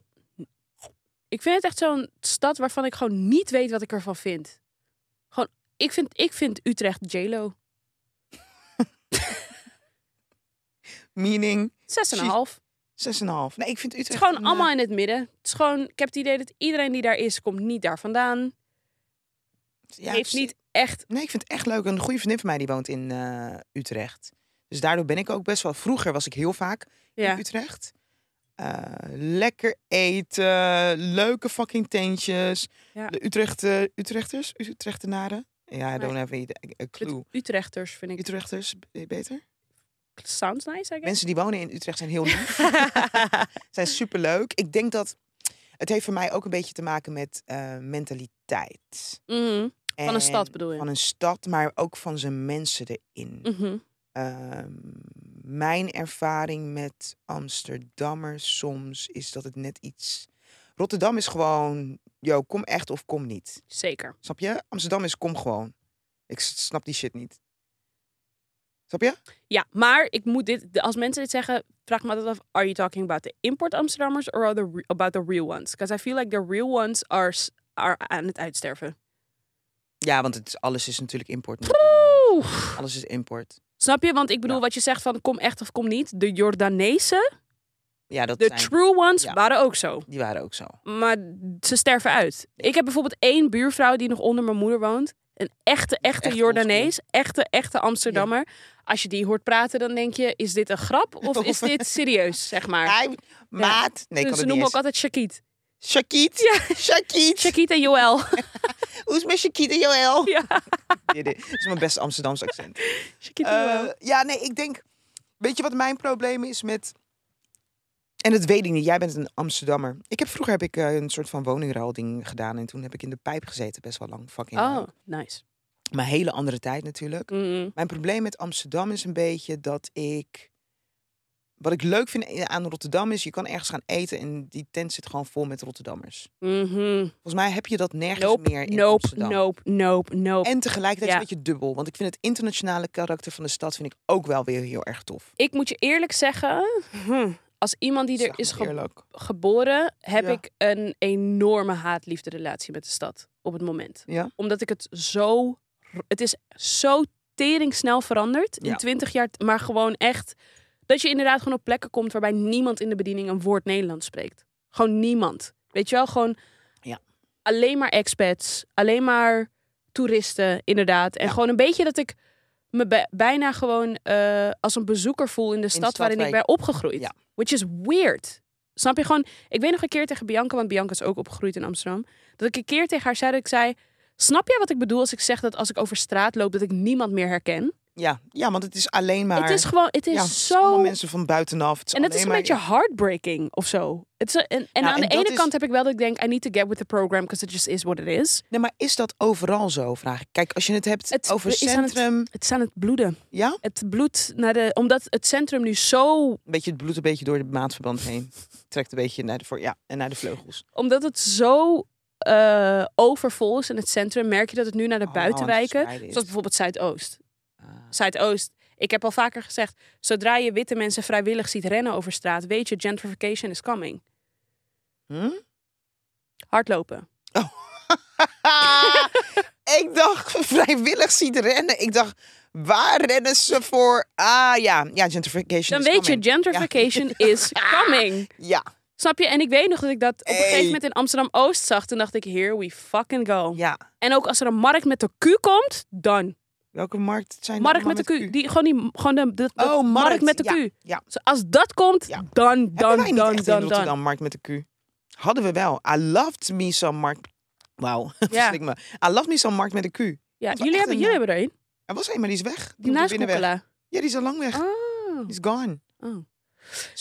Speaker 2: Ik vind het echt zo'n stad waarvan ik gewoon niet weet wat ik ervan vind. Gewoon, ik vind, ik vind Utrecht J-Lo. 6,5.
Speaker 1: meaning 6,5.
Speaker 2: Het
Speaker 1: Nee, ik vind Utrecht...
Speaker 2: is gewoon
Speaker 1: een, eh,
Speaker 2: allemaal in het midden. Het is gewoon, ik heb het idee dat iedereen die daar is, komt niet daar vandaan.
Speaker 1: eh, ja,
Speaker 2: heeft
Speaker 1: precies.
Speaker 2: niet echt...
Speaker 1: Nee, ik vind het echt leuk. Een goede vriendin van mij die woont in eh, Utrecht. Dus daardoor ben ik ook best wel... Vroeger was ik heel vaak
Speaker 2: Ja.
Speaker 1: in Utrecht. Eh, lekker eten, leuke fucking tentjes.
Speaker 2: Ja.
Speaker 1: De Utrecht, eh, Utrechters, Utrechtenaren. Ja, I don't have any- a clue.
Speaker 2: Utrechters vind ik...
Speaker 1: Utrechters, eh, beter?
Speaker 2: Sounds nice, I guess.
Speaker 1: Mensen die wonen in Utrecht zijn heel lief. zijn superleuk. Ik denk dat... Het heeft voor mij ook een beetje te maken met eh, mentaliteit.
Speaker 2: Mhm. Van
Speaker 1: En-
Speaker 2: een stad bedoel je?
Speaker 1: Van een stad, maar ook van zijn mensen erin.
Speaker 2: Mhm.
Speaker 1: Ehm, mijn ervaring met Amsterdammers soms is dat het net iets. Rotterdam is gewoon, yo, kom echt of kom niet.
Speaker 2: Zeker.
Speaker 1: Snap je? Amsterdam is kom gewoon. Ik s- snap die shit niet. Snap je?
Speaker 2: Ja, maar ik moet dit, de- als mensen dit zeggen, vraag ik me altijd af: are you talking about the import Amsterdammers or are the, re- about the real ones? Because I feel like the real ones are, s- are aan het uitsterven.
Speaker 1: Ja, want het is, alles is natuurlijk import. nu.
Speaker 2: Oeh.
Speaker 1: Alles is import.
Speaker 2: Snap je? Want ik bedoel,
Speaker 1: Ja.
Speaker 2: wat je zegt van kom echt of kom niet. De Jordanezen,
Speaker 1: Ja, dat
Speaker 2: de
Speaker 1: zijn,
Speaker 2: true ones,
Speaker 1: ja.
Speaker 2: waren ook zo.
Speaker 1: die waren ook zo.
Speaker 2: Maar ze sterven uit. Ik heb bijvoorbeeld één buurvrouw die nog onder mijn moeder woont. Een echte, echte
Speaker 1: echt
Speaker 2: Jordanees. Echte, echte Amsterdammer. Als je die hoort praten, dan denk je, is dit een grap of is
Speaker 1: Of-
Speaker 2: dit serieus, zeg maar.
Speaker 1: Hij, maat. Nee, ik kan het
Speaker 2: ze noemen
Speaker 1: niet
Speaker 2: ook
Speaker 1: eens.
Speaker 2: altijd Shakiet.
Speaker 1: Shakiet.
Speaker 2: Ja.
Speaker 1: Shakiet.
Speaker 2: Shakiet en Joël.
Speaker 1: Hoe is mijn Shakiet en Joël?
Speaker 2: Ja.
Speaker 1: Dit is mijn beste Amsterdamse accent.
Speaker 2: Shakiet en
Speaker 1: Eh,
Speaker 2: Joël.
Speaker 1: ja, nee, ik denk. Weet je wat mijn probleem is met. En dat weet ik niet. Jij bent een Amsterdammer. Ik heb vroeger heb ik eh, een soort van woningruilding gedaan en toen heb ik in de pijp gezeten, best wel lang. Fucking.
Speaker 2: Oh,
Speaker 1: lang.
Speaker 2: nice.
Speaker 1: Maar hele andere tijd natuurlijk.
Speaker 2: Mm.
Speaker 1: Mijn probleem met Amsterdam is een beetje dat ik. Wat ik leuk vind in- aan Rotterdam is, je kan ergens gaan eten en die tent zit gewoon vol met Rotterdammers.
Speaker 2: Mhm.
Speaker 1: Volgens mij heb je dat nergens
Speaker 2: Nope,
Speaker 1: meer in
Speaker 2: nope,
Speaker 1: Amsterdam.
Speaker 2: nope, nope, nope.
Speaker 1: En tegelijkertijd
Speaker 2: Ja.
Speaker 1: is het een beetje dubbel, want ik vind het internationale karakter van de stad vind ik ook wel weer heel erg tof.
Speaker 2: Ik moet je eerlijk zeggen, hm, als iemand die er
Speaker 1: Zeg
Speaker 2: is
Speaker 1: maar
Speaker 2: ge-
Speaker 1: eerlijk.
Speaker 2: geboren, heb
Speaker 1: Ja.
Speaker 2: ik een enorme haat-liefde relatie met de stad op het moment.
Speaker 1: Ja.
Speaker 2: Omdat ik het zo, het is zo tering snel veranderd in
Speaker 1: Ja.
Speaker 2: 20 jaar, maar gewoon echt dat je inderdaad gewoon op plekken komt waarbij niemand in de bediening een woord Nederlands spreekt. Gewoon niemand. Weet je wel, gewoon
Speaker 1: Ja.
Speaker 2: alleen maar expats, alleen maar toeristen, inderdaad. En
Speaker 1: Ja.
Speaker 2: gewoon een beetje dat ik me bij- bijna gewoon eh, als een bezoeker voel in de stad,
Speaker 1: stad
Speaker 2: waarin
Speaker 1: waar
Speaker 2: ik
Speaker 1: je-
Speaker 2: ben opgegroeid.
Speaker 1: Ja.
Speaker 2: Which is weird. Snap je gewoon? Ik weet nog een keer tegen Bianca, want Bianca is ook opgegroeid in Amsterdam. Dat ik een keer tegen haar zei dat ik zei... Snap jij wat ik bedoel als ik zeg dat als ik over straat loop... dat ik niemand meer herken?
Speaker 1: Ja, ja, want het is alleen maar.
Speaker 2: het is gewoon... Het is
Speaker 1: ja, het is allemaal
Speaker 2: zo...
Speaker 1: mensen van buitenaf. Het is
Speaker 2: En dat is
Speaker 1: alleen
Speaker 2: een
Speaker 1: maar-
Speaker 2: beetje heartbreaking of zo. Het is, en en
Speaker 1: Nou,
Speaker 2: aan
Speaker 1: en
Speaker 2: de
Speaker 1: dat
Speaker 2: ene
Speaker 1: is-
Speaker 2: kant heb ik wel dat ik denk... I need to get with the program because it just is what it is.
Speaker 1: Nee, maar is dat overal zo? Vraag ik. Kijk, als je het hebt
Speaker 2: Het
Speaker 1: over
Speaker 2: is aan het-
Speaker 1: centrum.
Speaker 2: Het is aan het bloeden.
Speaker 1: Ja?
Speaker 2: Het bloed naar de... Omdat het centrum nu zo
Speaker 1: Een beetje het bloed een beetje door het maatverband heen. Trekt een beetje naar de, voor, ja, en naar de vleugels.
Speaker 2: omdat het zo eh, overvol is in het centrum, merk je dat het nu naar de
Speaker 1: Allemaal aan Oh, het
Speaker 2: buitenwijken,
Speaker 1: verspreiden is.
Speaker 2: zoals bijvoorbeeld Zuidoost.
Speaker 1: Ah.
Speaker 2: Zuidoost. Ik heb al vaker gezegd, zodra je witte mensen vrijwillig ziet rennen over straat, weet je, gentrification is coming.
Speaker 1: Hm?
Speaker 2: Hardlopen.
Speaker 1: ik dacht vrijwillig ziet rennen. Ik dacht, waar rennen ze voor? Ah ja, ja, gentrification.
Speaker 2: Dan
Speaker 1: is
Speaker 2: weet je,
Speaker 1: coming.
Speaker 2: gentrification is coming.
Speaker 1: Ja.
Speaker 2: Snap je? En ik weet nog dat ik dat op een
Speaker 1: Hey.
Speaker 2: gegeven moment in Amsterdam-Oost zag. Toen dacht ik, here we fucking go.
Speaker 1: ja, ja.
Speaker 2: En ook als er een markt met de Q komt, dan.
Speaker 1: Welke markt zijn er
Speaker 2: Markt met
Speaker 1: allemaal
Speaker 2: de Q. Die, gewoon die, gewoon de, de- de
Speaker 1: Oh, markt.
Speaker 2: met de
Speaker 1: Ja,
Speaker 2: Q.
Speaker 1: ja.
Speaker 2: Zo, als dat komt,
Speaker 1: Ja.
Speaker 2: dan,
Speaker 1: Dan,
Speaker 2: dan,
Speaker 1: wij niet
Speaker 2: dan,
Speaker 1: echt in
Speaker 2: dan,
Speaker 1: Rotterdam
Speaker 2: dan.
Speaker 1: Markt met de Q? Hadden we wel. I loved me some Markt... Wauw, ja. me. I loved me some Markt met de Q.
Speaker 2: Ja,
Speaker 1: Dat is
Speaker 2: jullie
Speaker 1: echt
Speaker 2: hebben,
Speaker 1: een,
Speaker 2: jullie hebben er één.
Speaker 1: Er was één, maar die is weg. Die op de
Speaker 2: Naast
Speaker 1: binnenweg.
Speaker 2: Koekela.
Speaker 1: Ja, die is al lang weg.
Speaker 2: Oh.
Speaker 1: Die is gone.
Speaker 2: Oh.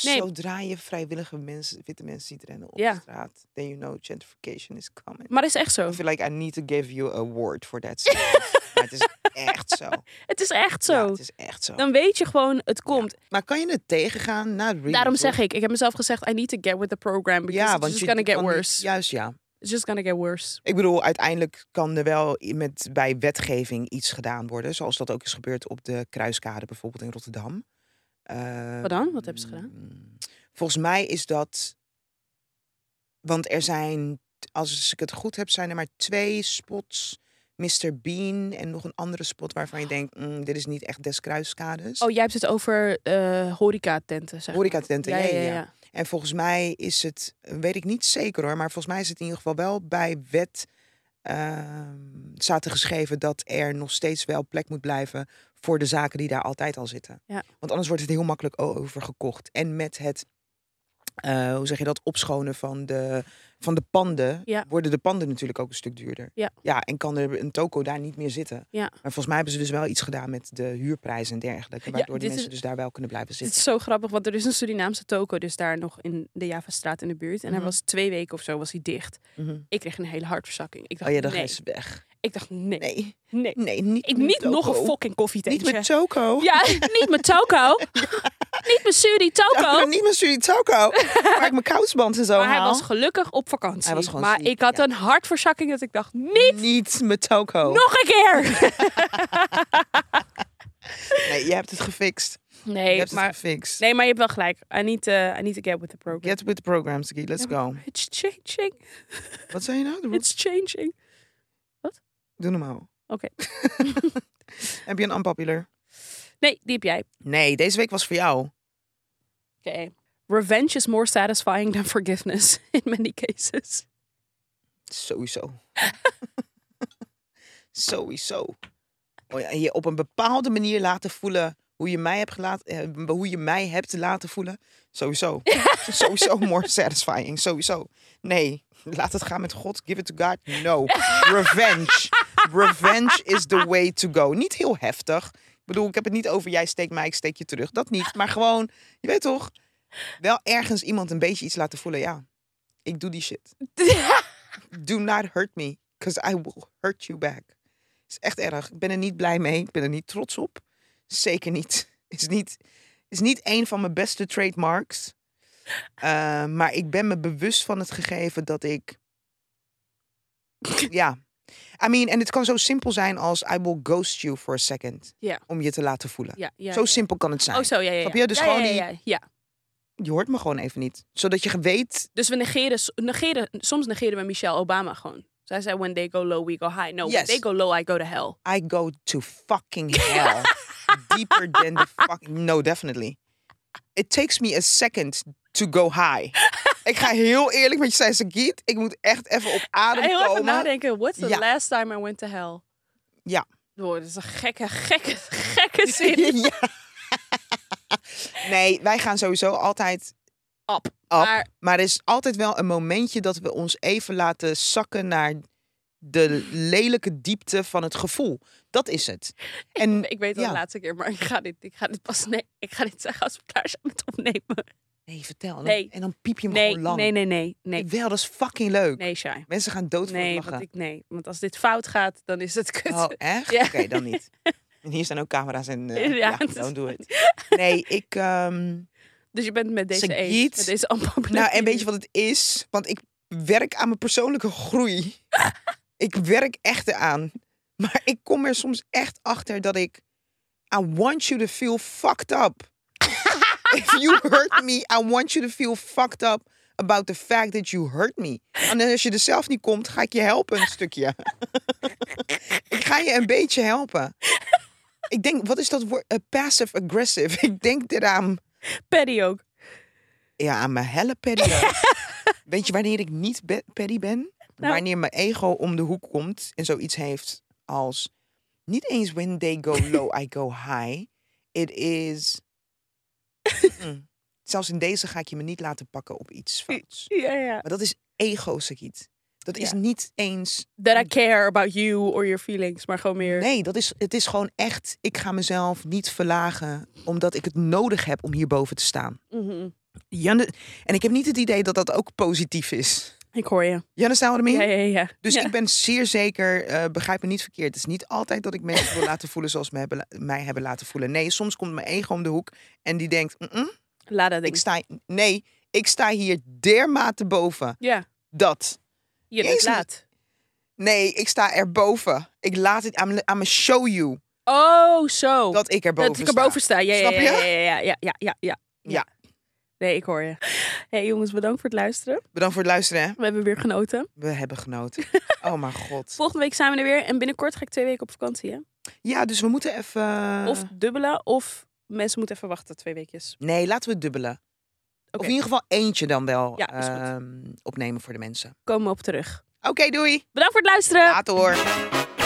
Speaker 2: Nee.
Speaker 1: Zodra je vrijwillige mensen, witte mensen ziet rennen op
Speaker 2: Ja. Oh.
Speaker 1: straat, then you know gentrification is coming.
Speaker 2: Maar dat is echt zo.
Speaker 1: I feel like I need to give you a word for that. sentence. maar het is echt zo.
Speaker 2: Het is echt zo.
Speaker 1: Ja, het is echt zo.
Speaker 2: Dan weet je gewoon, het komt.
Speaker 1: Maar kan je het tegengaan na reading?
Speaker 2: Daarom
Speaker 1: toch?
Speaker 2: zeg ik, ik heb mezelf gezegd, I need to get with the program. Because it's just gonna get
Speaker 1: kan-
Speaker 2: worse.
Speaker 1: Juist, ja.
Speaker 2: It's just gonna get worse.
Speaker 1: Ik bedoel, uiteindelijk kan er wel i- met, bij wetgeving iets gedaan worden. Zoals dat ook is gebeurd op de Kruiskade bijvoorbeeld in Rotterdam. Eh,
Speaker 2: Wat dan? Wat hebben ze gedaan?
Speaker 1: mm, Volgens mij is dat... Want er zijn, als ik het goed heb, zijn er maar twee spots. Mr. Bean en nog een andere spot waarvan je denkt... mm, dit is niet echt des Kruiskades.
Speaker 2: Oh, jij hebt het over eh horeca-tenten, zeg maar.
Speaker 1: Horecatenten,
Speaker 2: Ja,
Speaker 1: ja,
Speaker 2: ja,
Speaker 1: ja,
Speaker 2: ja.
Speaker 1: En volgens mij is het, weet ik niet zeker hoor, maar volgens mij is het in ieder geval wel bij wet ehm staat er geschreven dat er nog steeds wel plek moet blijven voor de zaken die daar altijd al zitten.
Speaker 2: Ja.
Speaker 1: Want anders wordt het heel makkelijk o- overgekocht. En met het, eh, hoe zeg je dat, opschonen van de, van de panden,
Speaker 2: Ja.
Speaker 1: worden de panden natuurlijk ook een stuk duurder.
Speaker 2: Ja.
Speaker 1: ja, en kan er een toko daar niet meer zitten.
Speaker 2: Ja.
Speaker 1: Maar volgens mij hebben ze dus wel iets gedaan met de huurprijzen en dergelijke, waardoor de
Speaker 2: dit
Speaker 1: mensen
Speaker 2: is-
Speaker 1: dus daar wel kunnen blijven
Speaker 2: Het
Speaker 1: zitten.
Speaker 2: is zo grappig, want er is een Surinaamse toko dus daar nog in de Javastraat in de buurt. En hij
Speaker 1: Mhm.
Speaker 2: was twee weken of zo was hij dicht.
Speaker 1: Mhm.
Speaker 2: Ik kreeg een hele hartverzakking. Ik dacht,
Speaker 1: Oh ja, dan
Speaker 2: nee.
Speaker 1: gaan ze weg.
Speaker 2: Ik dacht, nee, nee.
Speaker 1: Nee. Nee, niet,
Speaker 2: Ik
Speaker 1: met
Speaker 2: niet nog
Speaker 1: toko.
Speaker 2: een fucking
Speaker 1: Niet
Speaker 2: koffietentje.
Speaker 1: met Choco.
Speaker 2: Ja, niet mijn toko. Niet mijn Suri toko.
Speaker 1: niet met jullie Choco. Waar ik mijn koudsband en zo
Speaker 2: Maar hij
Speaker 1: haal.
Speaker 2: was gelukkig op vakantie.
Speaker 1: Hij was gewoon
Speaker 2: maar
Speaker 1: ziek,
Speaker 2: ik had
Speaker 1: ja. Oh.
Speaker 2: een hartverzakking dat ik dacht, niet
Speaker 1: niet met Choco.
Speaker 2: nog een keer.
Speaker 1: Nee, je hebt het gefixt. Je
Speaker 2: Nee
Speaker 1: hebt het
Speaker 2: maar,
Speaker 1: gefixt.
Speaker 2: nee, maar je hebt wel gelijk. I need to, I need to get with the program.
Speaker 1: Get with the program, Ski. Let's go.
Speaker 2: It's changing.
Speaker 1: Wat zei je nou? Doe,
Speaker 2: It's changing.
Speaker 1: doe normaal.
Speaker 2: Oké.
Speaker 1: heb je een unpopular?
Speaker 2: Nee, die heb jij.
Speaker 1: Nee, deze week was voor jou.
Speaker 2: Oké. Revenge is more satisfying than forgiveness in many cases.
Speaker 1: Sowieso. Sowieso. Oh ja, je op een bepaalde manier laten voelen hoe je mij hebt, gelaten, eh, hoe je mij hebt laten voelen. Sowieso. sowieso more satisfying. Sowieso. Nee, laat het gaan met God. Give it to God. No. Revenge. Revenge is the way to go. Niet heel heftig. Ik bedoel, ik heb het niet over jij steekt mij, ik steek je terug. Dat niet. Maar gewoon, je weet toch, wel ergens iemand een beetje iets laten voelen. Ja, ik doe die shit. Do not hurt me, because I will hurt you back. is echt erg. Ik ben er niet blij mee. Ik ben er niet trots op. Zeker niet. Is niet, is niet een van mijn beste trademarks. Eh, maar ik ben me bewust van het gegeven dat ik. Ja. I mean, en het kan zo simpel zijn als I will ghost you for a second.
Speaker 2: Ja.
Speaker 1: Om je te laten voelen.
Speaker 2: Ja, ja,
Speaker 1: zo
Speaker 2: ja.
Speaker 1: simpel kan het zijn.
Speaker 2: Oh, zo, ja, ja.
Speaker 1: Snap
Speaker 2: ja.
Speaker 1: je? Dus
Speaker 2: ja,
Speaker 1: gewoon
Speaker 2: ja,
Speaker 1: die-
Speaker 2: ja, ja, ja.
Speaker 1: Je hoort me gewoon even niet. Zodat je weet.
Speaker 2: Dus we negeren, negeren, soms negeren we Michelle Obama gewoon. Zij zei, when they go low, we go high. No, when
Speaker 1: Yes.
Speaker 2: they go low, I go to hell.
Speaker 1: I go to fucking hell. Deeper than the fucking. No, definitely. It takes me a second to go high. ik ga heel eerlijk met je zijn, Sagiet. Ik moet echt even op adem
Speaker 2: Heel even
Speaker 1: komen.
Speaker 2: nadenken. What's the
Speaker 1: Ja.
Speaker 2: last time I went to hell?
Speaker 1: Ja.
Speaker 2: Oh, dat is een gekke, gekke, gekke zin.
Speaker 1: Ja. nee, wij gaan sowieso altijd
Speaker 2: Op.
Speaker 1: Up.
Speaker 2: Maar
Speaker 1: Maar er is altijd wel een momentje dat we ons even laten zakken naar de lelijke diepte van het gevoel. Dat is het. En
Speaker 2: ik weet wel
Speaker 1: ja.
Speaker 2: de laatste keer, maar ik ga dit, ik ga dit pas... Nee, ik ga dit zeggen als we klaar zijn met opnemen.
Speaker 1: nee, vertel. En dan,
Speaker 2: Nee.
Speaker 1: en dan piep je hem
Speaker 2: Nee,
Speaker 1: gewoon lang.
Speaker 2: nee, nee, nee. Nee,
Speaker 1: Wel, dat is fucking leuk.
Speaker 2: nee Shai.
Speaker 1: Mensen gaan dood van het
Speaker 2: Nee, want
Speaker 1: lachen.
Speaker 2: ik, nee, want als dit fout gaat, dan is het kut.
Speaker 1: Oh, echt?
Speaker 2: Ja.
Speaker 1: Oké, dan niet. En hier staan ook camera's en eh,
Speaker 2: Ja,
Speaker 1: ja,
Speaker 2: het is-
Speaker 1: don't do it. Nee, ik... ehm,
Speaker 2: Dus je bent met deze
Speaker 1: Ze
Speaker 2: eens,
Speaker 1: giet.
Speaker 2: met deze unpopular
Speaker 1: Nou, en weet je
Speaker 2: opinion.
Speaker 1: wat het is? Want ik werk aan mijn persoonlijke groei. ik werk echt eraan. Maar ik kom er soms echt achter dat ik... I want you to feel fucked up. If you hurt me, I want you to feel fucked up about the fact that you hurt me. En als je er zelf niet komt, ga ik je helpen een stukje. ik ga je een beetje helpen. Ik denk, wat is dat woord? Eh, passive aggressive. Ik denk dat aan
Speaker 2: Paddy ook.
Speaker 1: ja, aan mijn helle paddy. ook. Weet je wanneer ik niet be- paddy ben?
Speaker 2: Nou.
Speaker 1: Wanneer mijn ego om de hoek komt en zoiets heeft als... Niet eens when they go low, I go high. It is... Mm. Zelfs in deze ga ik je me niet laten pakken op iets fouts.
Speaker 2: Ja, ja.
Speaker 1: Maar dat is ego, Sakiet. Dat is
Speaker 2: Ja.
Speaker 1: niet eens.
Speaker 2: That I care about you or your feelings. Maar gewoon meer.
Speaker 1: Nee, dat is, het is gewoon echt. Ik ga mezelf niet verlagen omdat ik het nodig heb om hierboven te staan.
Speaker 2: Mhm.
Speaker 1: Janne, en ik heb niet het idee dat dat ook positief is.
Speaker 2: Ik hoor je.
Speaker 1: Janne, staan we
Speaker 2: Ja, ja, ja.
Speaker 1: Dus
Speaker 2: Ja.
Speaker 1: ik ben zeer zeker, eh, begrijp me niet verkeerd. Het is niet altijd dat ik mensen wil laten voelen zoals me hebben, la- mij hebben laten voelen. Nee, soms komt mijn ego om de hoek en die denkt: "Mm-mm,
Speaker 2: Laat dat
Speaker 1: ik
Speaker 2: ding.
Speaker 1: sta, nee, ik sta hier dermate boven
Speaker 2: Ja,
Speaker 1: dat.
Speaker 2: je bent
Speaker 1: Jezus.
Speaker 2: laat.
Speaker 1: Nee, ik sta erboven. Ik laat het aan me show you
Speaker 2: Oh, zo.
Speaker 1: dat ik erboven
Speaker 2: dat ik erboven sta. Ja, ja,
Speaker 1: Snap
Speaker 2: ja,
Speaker 1: je?
Speaker 2: ja, ja, ja, ja, ja, ja.
Speaker 1: Ja.
Speaker 2: Nee, ik hoor je. hey, jongens, bedankt voor het luisteren.
Speaker 1: sta. Bedankt voor het luisteren. Hè?
Speaker 2: We hebben weer genoten.
Speaker 1: We hebben genoten. Oh mijn god.
Speaker 2: Volgende week zijn we er weer. En binnenkort ga ik twee weken op vakantie, hè?
Speaker 1: Ja, dus we moeten even.
Speaker 2: Of dubbelen, of mensen moeten even wachten twee weekjes.
Speaker 1: Nee, laten we het dubbelen. Of
Speaker 2: Oké.
Speaker 1: in ieder geval eentje dan wel
Speaker 2: Ja, is goed.
Speaker 1: ehm, opnemen voor de mensen.
Speaker 2: Komen we op terug.
Speaker 1: Oké, doei. Nou,
Speaker 2: Bedankt voor het luisteren.
Speaker 1: Later hoor.